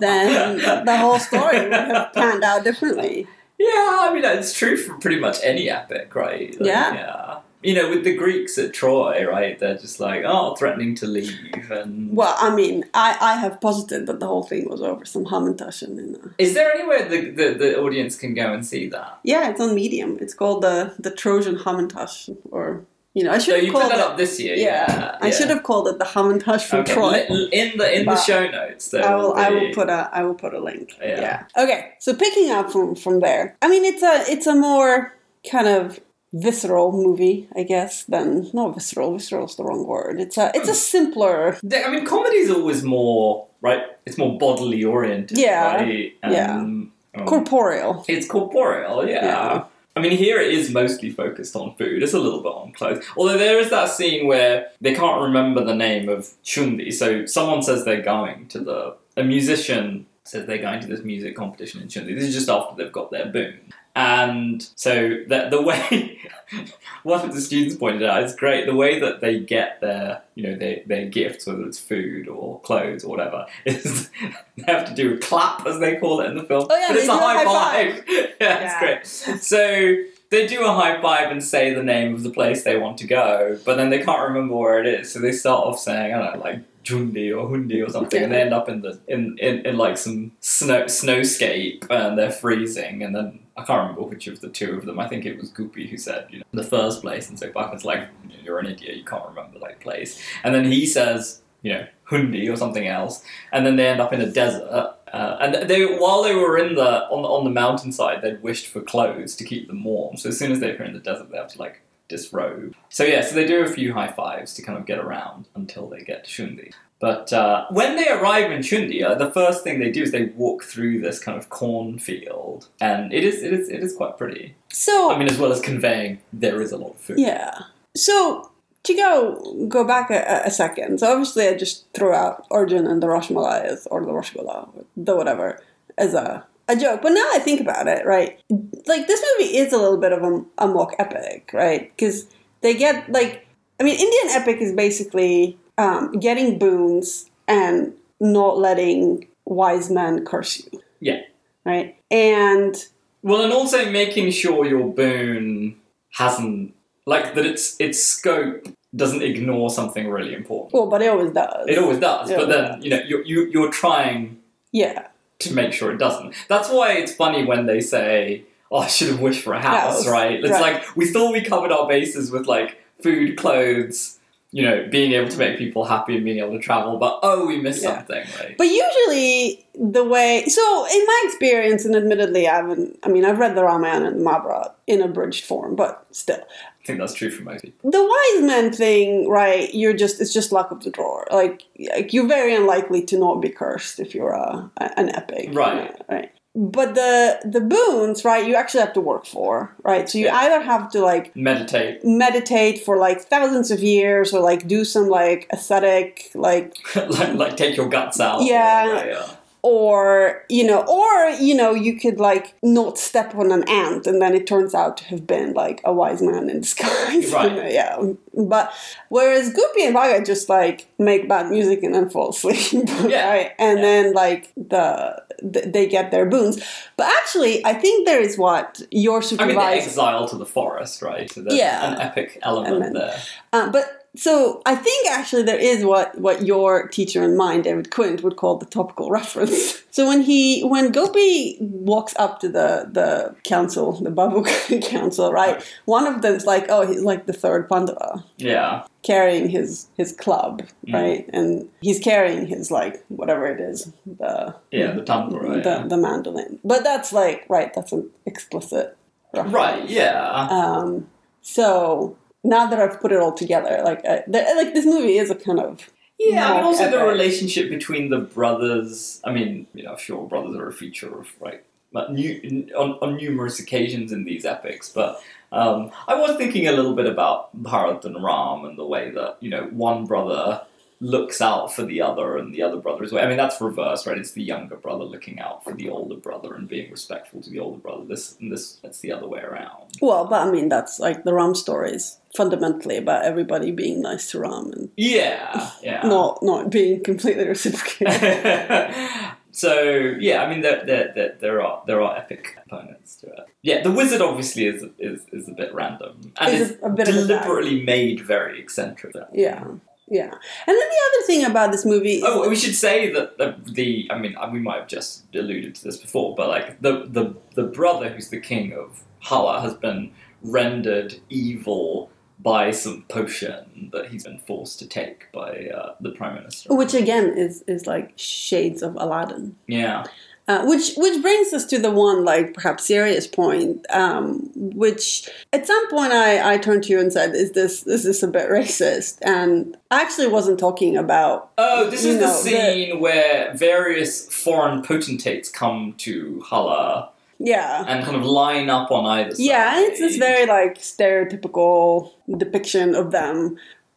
[SPEAKER 2] then the whole story would have panned out differently.
[SPEAKER 1] Yeah, I mean it's true for pretty much any epic, right? Like,
[SPEAKER 2] Yeah.
[SPEAKER 1] yeah. You know, with the Greeks at Troy, right? They're just like, oh, threatening to leave, and
[SPEAKER 2] Well, I mean, I, I have posited that the whole thing was over some uh, hamantashen in a
[SPEAKER 1] is there anywhere the, the the audience can go and see that?
[SPEAKER 2] Yeah, it's on Medium. It's called the the Trojan Hamantash, or you know, I should
[SPEAKER 1] So
[SPEAKER 2] have
[SPEAKER 1] you put
[SPEAKER 2] called
[SPEAKER 1] that
[SPEAKER 2] it.
[SPEAKER 1] up this year,
[SPEAKER 2] yeah,
[SPEAKER 1] yeah?
[SPEAKER 2] I should have called it the Hamantash from
[SPEAKER 1] Okay.
[SPEAKER 2] Troy.
[SPEAKER 1] li- in the in
[SPEAKER 2] But
[SPEAKER 1] the show notes. There
[SPEAKER 2] I will. I will
[SPEAKER 1] be-
[SPEAKER 2] put a. I will put a link.
[SPEAKER 1] Yeah.
[SPEAKER 2] Okay. So picking up from from there, I mean, it's a it's a more kind of visceral movie, I guess. Than no visceral. Visceral's the wrong word. It's a it's a simpler.
[SPEAKER 1] The- I mean, comedy is always more right. It's more bodily oriented.
[SPEAKER 2] Yeah.
[SPEAKER 1] right?
[SPEAKER 2] Yeah.
[SPEAKER 1] Um, um,
[SPEAKER 2] Corporeal.
[SPEAKER 1] It's corporeal, yeah.
[SPEAKER 2] Yeah.
[SPEAKER 1] I mean, here it is mostly focused on food. It's a little bit on clothes. Although there is that scene where they can't remember the name of Chundi. So someone says they're going to the. A musician says they're going to this music competition in Chundi. This is just after they've got their boom. And so the, the way. one of the students pointed out, it's great. The way that they get their, you know, their, their gifts, whether it's food or clothes or whatever, is they have to do a clap, as they call it in the film.
[SPEAKER 2] Oh, yeah,
[SPEAKER 1] but
[SPEAKER 2] they
[SPEAKER 1] it's a
[SPEAKER 2] do a
[SPEAKER 1] high,
[SPEAKER 2] high
[SPEAKER 1] five.
[SPEAKER 2] five.
[SPEAKER 1] yeah,
[SPEAKER 2] Yeah.
[SPEAKER 1] it's great. So they do a high five and say the name of the place they want to go, but then they can't remember where it is. So they start off saying, I don't know, like Jundi or Hundi or something, and they end up in the in, in, in like some snow snowscape and they're freezing and then I can't remember which of the two of them. I think it was Goopy who said, you know, the first place, and so Buckman's like, "You're an idiot. You can't remember that place." And then he says, you know, Hundi or something else, and then they end up in a desert. Uh, and they, while they were in the on the, on the mountainside, they'd wished for clothes to keep them warm. So as soon as they appear in the desert, they have to like disrobe. So yeah, so they do a few high fives to kind of get around until they get to Shundi. But uh, when they arrive in Shundi, uh, the first thing they do is they walk through this kind of cornfield, and it is it is it is quite pretty.
[SPEAKER 2] So
[SPEAKER 1] I mean, as well as conveying, there is a lot of food.
[SPEAKER 2] Yeah. So to go go back a, a second, so obviously I just threw out Arjun and the Rashmala as or the Rashgola, the whatever, as a a joke. But now I think about it, right? Like this movie is a little bit of a, a mock epic, right? Because they get like, I mean, Indian epic is basically um, getting boons and not letting wise men curse you,
[SPEAKER 1] Yeah.
[SPEAKER 2] right? And
[SPEAKER 1] Well, and also making sure your boon hasn't like that. Its its scope doesn't ignore something really important.
[SPEAKER 2] well, but it always does.
[SPEAKER 1] It always does,
[SPEAKER 2] It
[SPEAKER 1] but
[SPEAKER 2] always
[SPEAKER 1] then you know you you you're trying
[SPEAKER 2] yeah.
[SPEAKER 1] to make sure it doesn't. That's why it's funny when they say, "Oh, I should have wished for a house,"
[SPEAKER 2] House,
[SPEAKER 1] right? It's
[SPEAKER 2] right.
[SPEAKER 1] like we thought we covered our bases with like food, clothes, you know, being able to make people happy and being able to travel, but oh, we missed
[SPEAKER 2] Yeah.
[SPEAKER 1] something, right?
[SPEAKER 2] But usually, the way so in my experience, and admittedly, I haven't. I mean, I've read the Ramayana and the Mahabharata in abridged form, but still,
[SPEAKER 1] I think that's true for most people.
[SPEAKER 2] the wise man thing, right? You're just it's just luck of the draw. Like, like you're very unlikely to not be cursed if you're a, an epic,
[SPEAKER 1] Right.
[SPEAKER 2] Right. But the the boons, right? You actually have to work for, right? So you
[SPEAKER 1] Yeah.
[SPEAKER 2] either have to like
[SPEAKER 1] Meditate.
[SPEAKER 2] meditate for like thousands of years, or like do some like ascetic like
[SPEAKER 1] like, like take your guts out.
[SPEAKER 2] Yeah.
[SPEAKER 1] Right, yeah.
[SPEAKER 2] or you know or you know you could like not step on an ant and then it turns out to have been like a wise man in disguise
[SPEAKER 1] Right.
[SPEAKER 2] yeah but whereas goopy and Vaga just like make bad music and then fall asleep
[SPEAKER 1] Yeah.
[SPEAKER 2] right and
[SPEAKER 1] Yeah.
[SPEAKER 2] then like the th- they get their boons but actually i think there is what your
[SPEAKER 1] I mean, the
[SPEAKER 2] supervisor
[SPEAKER 1] exile to the forest, right? So there's
[SPEAKER 2] Yeah.
[SPEAKER 1] an epic element
[SPEAKER 2] Element.
[SPEAKER 1] there.
[SPEAKER 2] uh, but So I think actually there is what, what your teacher in mind, David Quint, would call the topical reference. So when he when Gopi walks up to the the council, the Babu council, right? One of them's like, oh, he's like the third Pandava,
[SPEAKER 1] Yeah.
[SPEAKER 2] carrying his his club, right? And he's carrying his like whatever it is, the
[SPEAKER 1] Yeah, the Tumbler.
[SPEAKER 2] the, the mandolin. But that's like right. That's an explicit. reference.
[SPEAKER 1] Right, yeah.
[SPEAKER 2] Um, so now that I've put it all together, like uh, the, like this movie is a kind of
[SPEAKER 1] Yeah,
[SPEAKER 2] Not
[SPEAKER 1] and also the
[SPEAKER 2] epic.
[SPEAKER 1] relationship between the brothers. I mean, you know, sure, brothers are a feature of like but nu- on, on numerous occasions in these epics. But um, I was thinking a little bit about Bharat and Ram and the way that you know one brother looks out for the other and the other brother is. I mean, that's reverse, right? It's the younger brother looking out for the older brother and being respectful to the older brother. This and this that's the other way around.
[SPEAKER 2] well, but I mean that's like the Ram story is fundamentally about everybody being nice to Ram and
[SPEAKER 1] Yeah, yeah.
[SPEAKER 2] not not being completely reciprocated.
[SPEAKER 1] so yeah, I mean there, there, there, there are there are epic components to it. Yeah, the wizard obviously is is, is a bit random and
[SPEAKER 2] It's
[SPEAKER 1] is
[SPEAKER 2] a- a bit of a
[SPEAKER 1] deliberately made very eccentric.
[SPEAKER 2] yeah, yeah. And then the other thing about this movie,
[SPEAKER 1] Oh, and we should say that the, the I mean uh, we might have just alluded to this before, but like the the, the brother who's the king of Hala has been rendered evil by some potion that he's been forced to take by uh, the prime minister.
[SPEAKER 2] which again is is like shades of Aladdin.
[SPEAKER 1] Yeah,
[SPEAKER 2] Uh, which which brings us to the one like perhaps serious point, um, which at some point I, I turned to you and said, "Is this is this a bit racist?" And I actually wasn't talking about
[SPEAKER 1] Oh, this is the
[SPEAKER 2] No, the-
[SPEAKER 1] scene where various foreign potentates come to Hala
[SPEAKER 2] yeah
[SPEAKER 1] and kind of line up on either side.
[SPEAKER 2] yeah. It's this very like stereotypical depiction of them.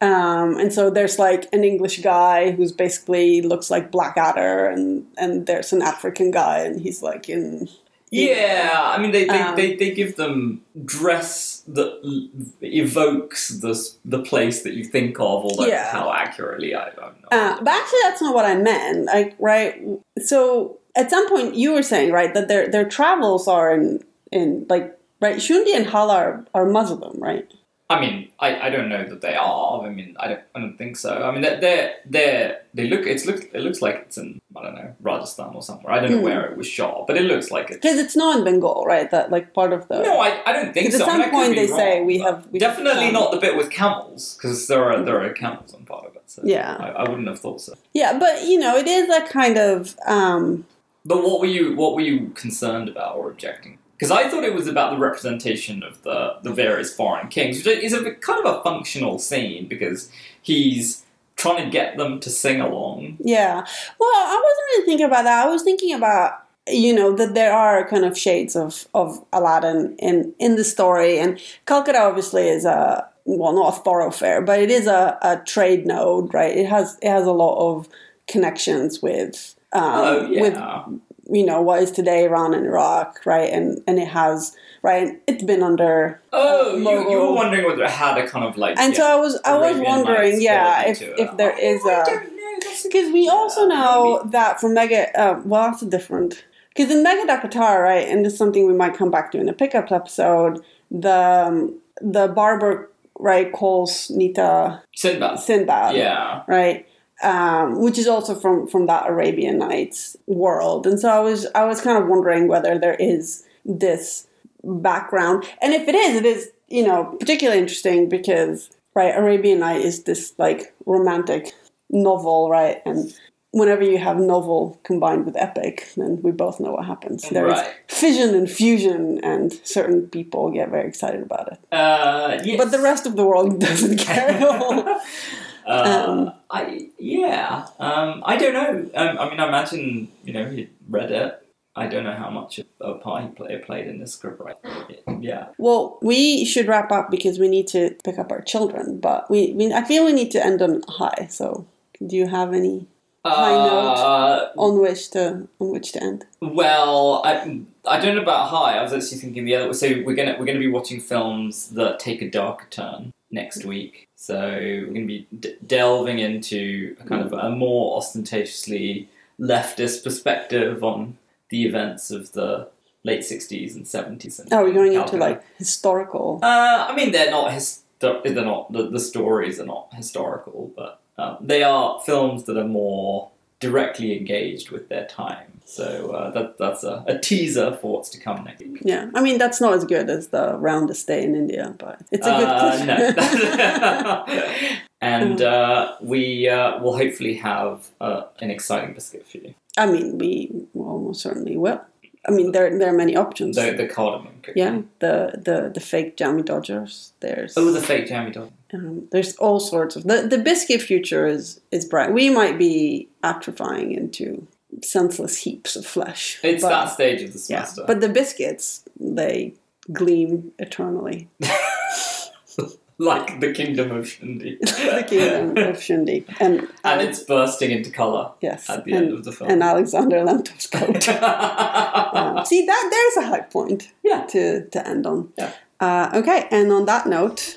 [SPEAKER 2] Um, and so there's like an English guy who's basically looks like Blackadder, and and there's an African guy, and he's like in
[SPEAKER 1] Yeah, I mean, they, they,
[SPEAKER 2] Um,
[SPEAKER 1] they, they give them dress that l- evokes the, s- the place that you think of, although
[SPEAKER 2] Yeah.
[SPEAKER 1] how accurately, I don't know.
[SPEAKER 2] Uh, but actually, that's not what I meant. Like, right? So at some point, you were saying, right, that their their travels are in in like right. Shundi and Hala are, are Muslim, right?
[SPEAKER 1] I mean, I, I don't know that they are. I mean, I don't, I don't think so. I mean, they're, they're, they're they look it's look it looks like it's in I don't know Rajasthan or somewhere. I don't know
[SPEAKER 2] Hmm.
[SPEAKER 1] where it was shot, but it looks like it's
[SPEAKER 2] Because it's not in Bengal, right? That like part of the
[SPEAKER 1] No, I, I don't think
[SPEAKER 2] Because
[SPEAKER 1] so.
[SPEAKER 2] at
[SPEAKER 1] I mean,
[SPEAKER 2] some
[SPEAKER 1] I could
[SPEAKER 2] point
[SPEAKER 1] be
[SPEAKER 2] they
[SPEAKER 1] wrong,
[SPEAKER 2] say we
[SPEAKER 1] but
[SPEAKER 2] have- we have
[SPEAKER 1] definitely
[SPEAKER 2] camels.
[SPEAKER 1] not the bit with camels because there are there are camels on part of it. So
[SPEAKER 2] Yeah.
[SPEAKER 1] I, I wouldn't have thought so.
[SPEAKER 2] yeah. But you know, it is a kind of um,
[SPEAKER 1] But what were you what were you concerned about or objecting? Because I thought it was about the representation of the the various foreign kings, which is a kind of a functional scene because he's trying to get them to sing along.
[SPEAKER 2] yeah. Well, I wasn't really thinking about that. I was thinking about you know that there are kind of shades of of Aladdin in in the story, and Calcutta obviously is a well not a thoroughfare, but it is a, a trade node, right? It has it has a lot of connections with um,
[SPEAKER 1] Oh yeah,
[SPEAKER 2] with you know what is today Iran and Iraq, right? And and it has right. It's been under
[SPEAKER 1] oh you, you were
[SPEAKER 2] Mughal.
[SPEAKER 1] wondering whether it had a kind of like
[SPEAKER 2] and
[SPEAKER 1] yeah.
[SPEAKER 2] so I was I was
[SPEAKER 1] Arabian
[SPEAKER 2] wondering,
[SPEAKER 1] Nights
[SPEAKER 2] yeah, if
[SPEAKER 1] quality to it. Oh,
[SPEAKER 2] if there is
[SPEAKER 1] I
[SPEAKER 2] a
[SPEAKER 1] don't know. That's a-
[SPEAKER 2] because we also
[SPEAKER 1] Yeah,
[SPEAKER 2] know that from Mega, uh, well, that's a different. Because in Mega Dakotar, right, and this is something we might come back to in a pickup episode, the um, the barber, right, calls Nita
[SPEAKER 1] Sinbad.
[SPEAKER 2] Sinbad,
[SPEAKER 1] Yeah.
[SPEAKER 2] right, um, which is also from from that Arabian Nights world. And so I was I was kind of wondering whether there is this background, and if it is, it is you know particularly interesting because right, Arabian Night is this like romantic novel, right, and whenever you have novel combined with epic, then we both know what happens. There is
[SPEAKER 1] Right.
[SPEAKER 2] fission and fusion, and certain people get very excited about it,
[SPEAKER 1] Uh, yes.
[SPEAKER 2] but the rest of the world doesn't care at all.
[SPEAKER 1] Uh,
[SPEAKER 2] Um,
[SPEAKER 1] I yeah. Um, I don't know. Um, I mean, I imagine you know he read it. I don't know how much of a part he play, played in the script writing. Yeah.
[SPEAKER 2] Well, we should wrap up because we need to pick up our children, but we, we I feel we need to end on a high. So, do you have any High
[SPEAKER 1] Uh,
[SPEAKER 2] on which to on which to end?
[SPEAKER 1] well, I, I don't know about high. I was actually thinking the other. So we're gonna we're gonna be watching films that take a darker turn next week. So we're gonna be d- delving into a kind of a more ostentatiously leftist perspective on the events of the late sixties and seventies.
[SPEAKER 2] Oh, we're going into like historical.
[SPEAKER 1] Uh, I mean, they're not his. they're, they're not the, the stories are not historical, but um, they are films that are more directly engaged with their time. So uh, that that's a, a teaser for what's to come next week.
[SPEAKER 2] Yeah, I mean that's not as good as the roundest day in India, but it's a good.
[SPEAKER 1] Uh,
[SPEAKER 2] cliffhanger.
[SPEAKER 1] no. and uh, we uh, will hopefully have uh, an exciting biscuit for you.
[SPEAKER 2] I mean, we almost certainly will. I mean, there there are many options.
[SPEAKER 1] The, the cardamom cookie.
[SPEAKER 2] yeah, the, the the fake jammy dodgers. There's
[SPEAKER 1] Oh, the fake jammy dog.
[SPEAKER 2] um, there's all sorts of the the biscuit future is is bright. We might be atrophying into senseless heaps of flesh.
[SPEAKER 1] It's
[SPEAKER 2] but-
[SPEAKER 1] that stage of the
[SPEAKER 2] Yeah,
[SPEAKER 1] semester.
[SPEAKER 2] but the biscuits they gleam eternally.
[SPEAKER 1] like the kingdom of Shindy.
[SPEAKER 2] the kingdom of Shindig and uh,
[SPEAKER 1] and it's bursting into colour
[SPEAKER 2] yes,
[SPEAKER 1] at the
[SPEAKER 2] and,
[SPEAKER 1] end of the film.
[SPEAKER 2] and Alexander Lantov's coat. Um, see that there's a high point
[SPEAKER 1] Yeah.
[SPEAKER 2] to to end on.
[SPEAKER 1] Yeah.
[SPEAKER 2] Uh, okay, and on that note,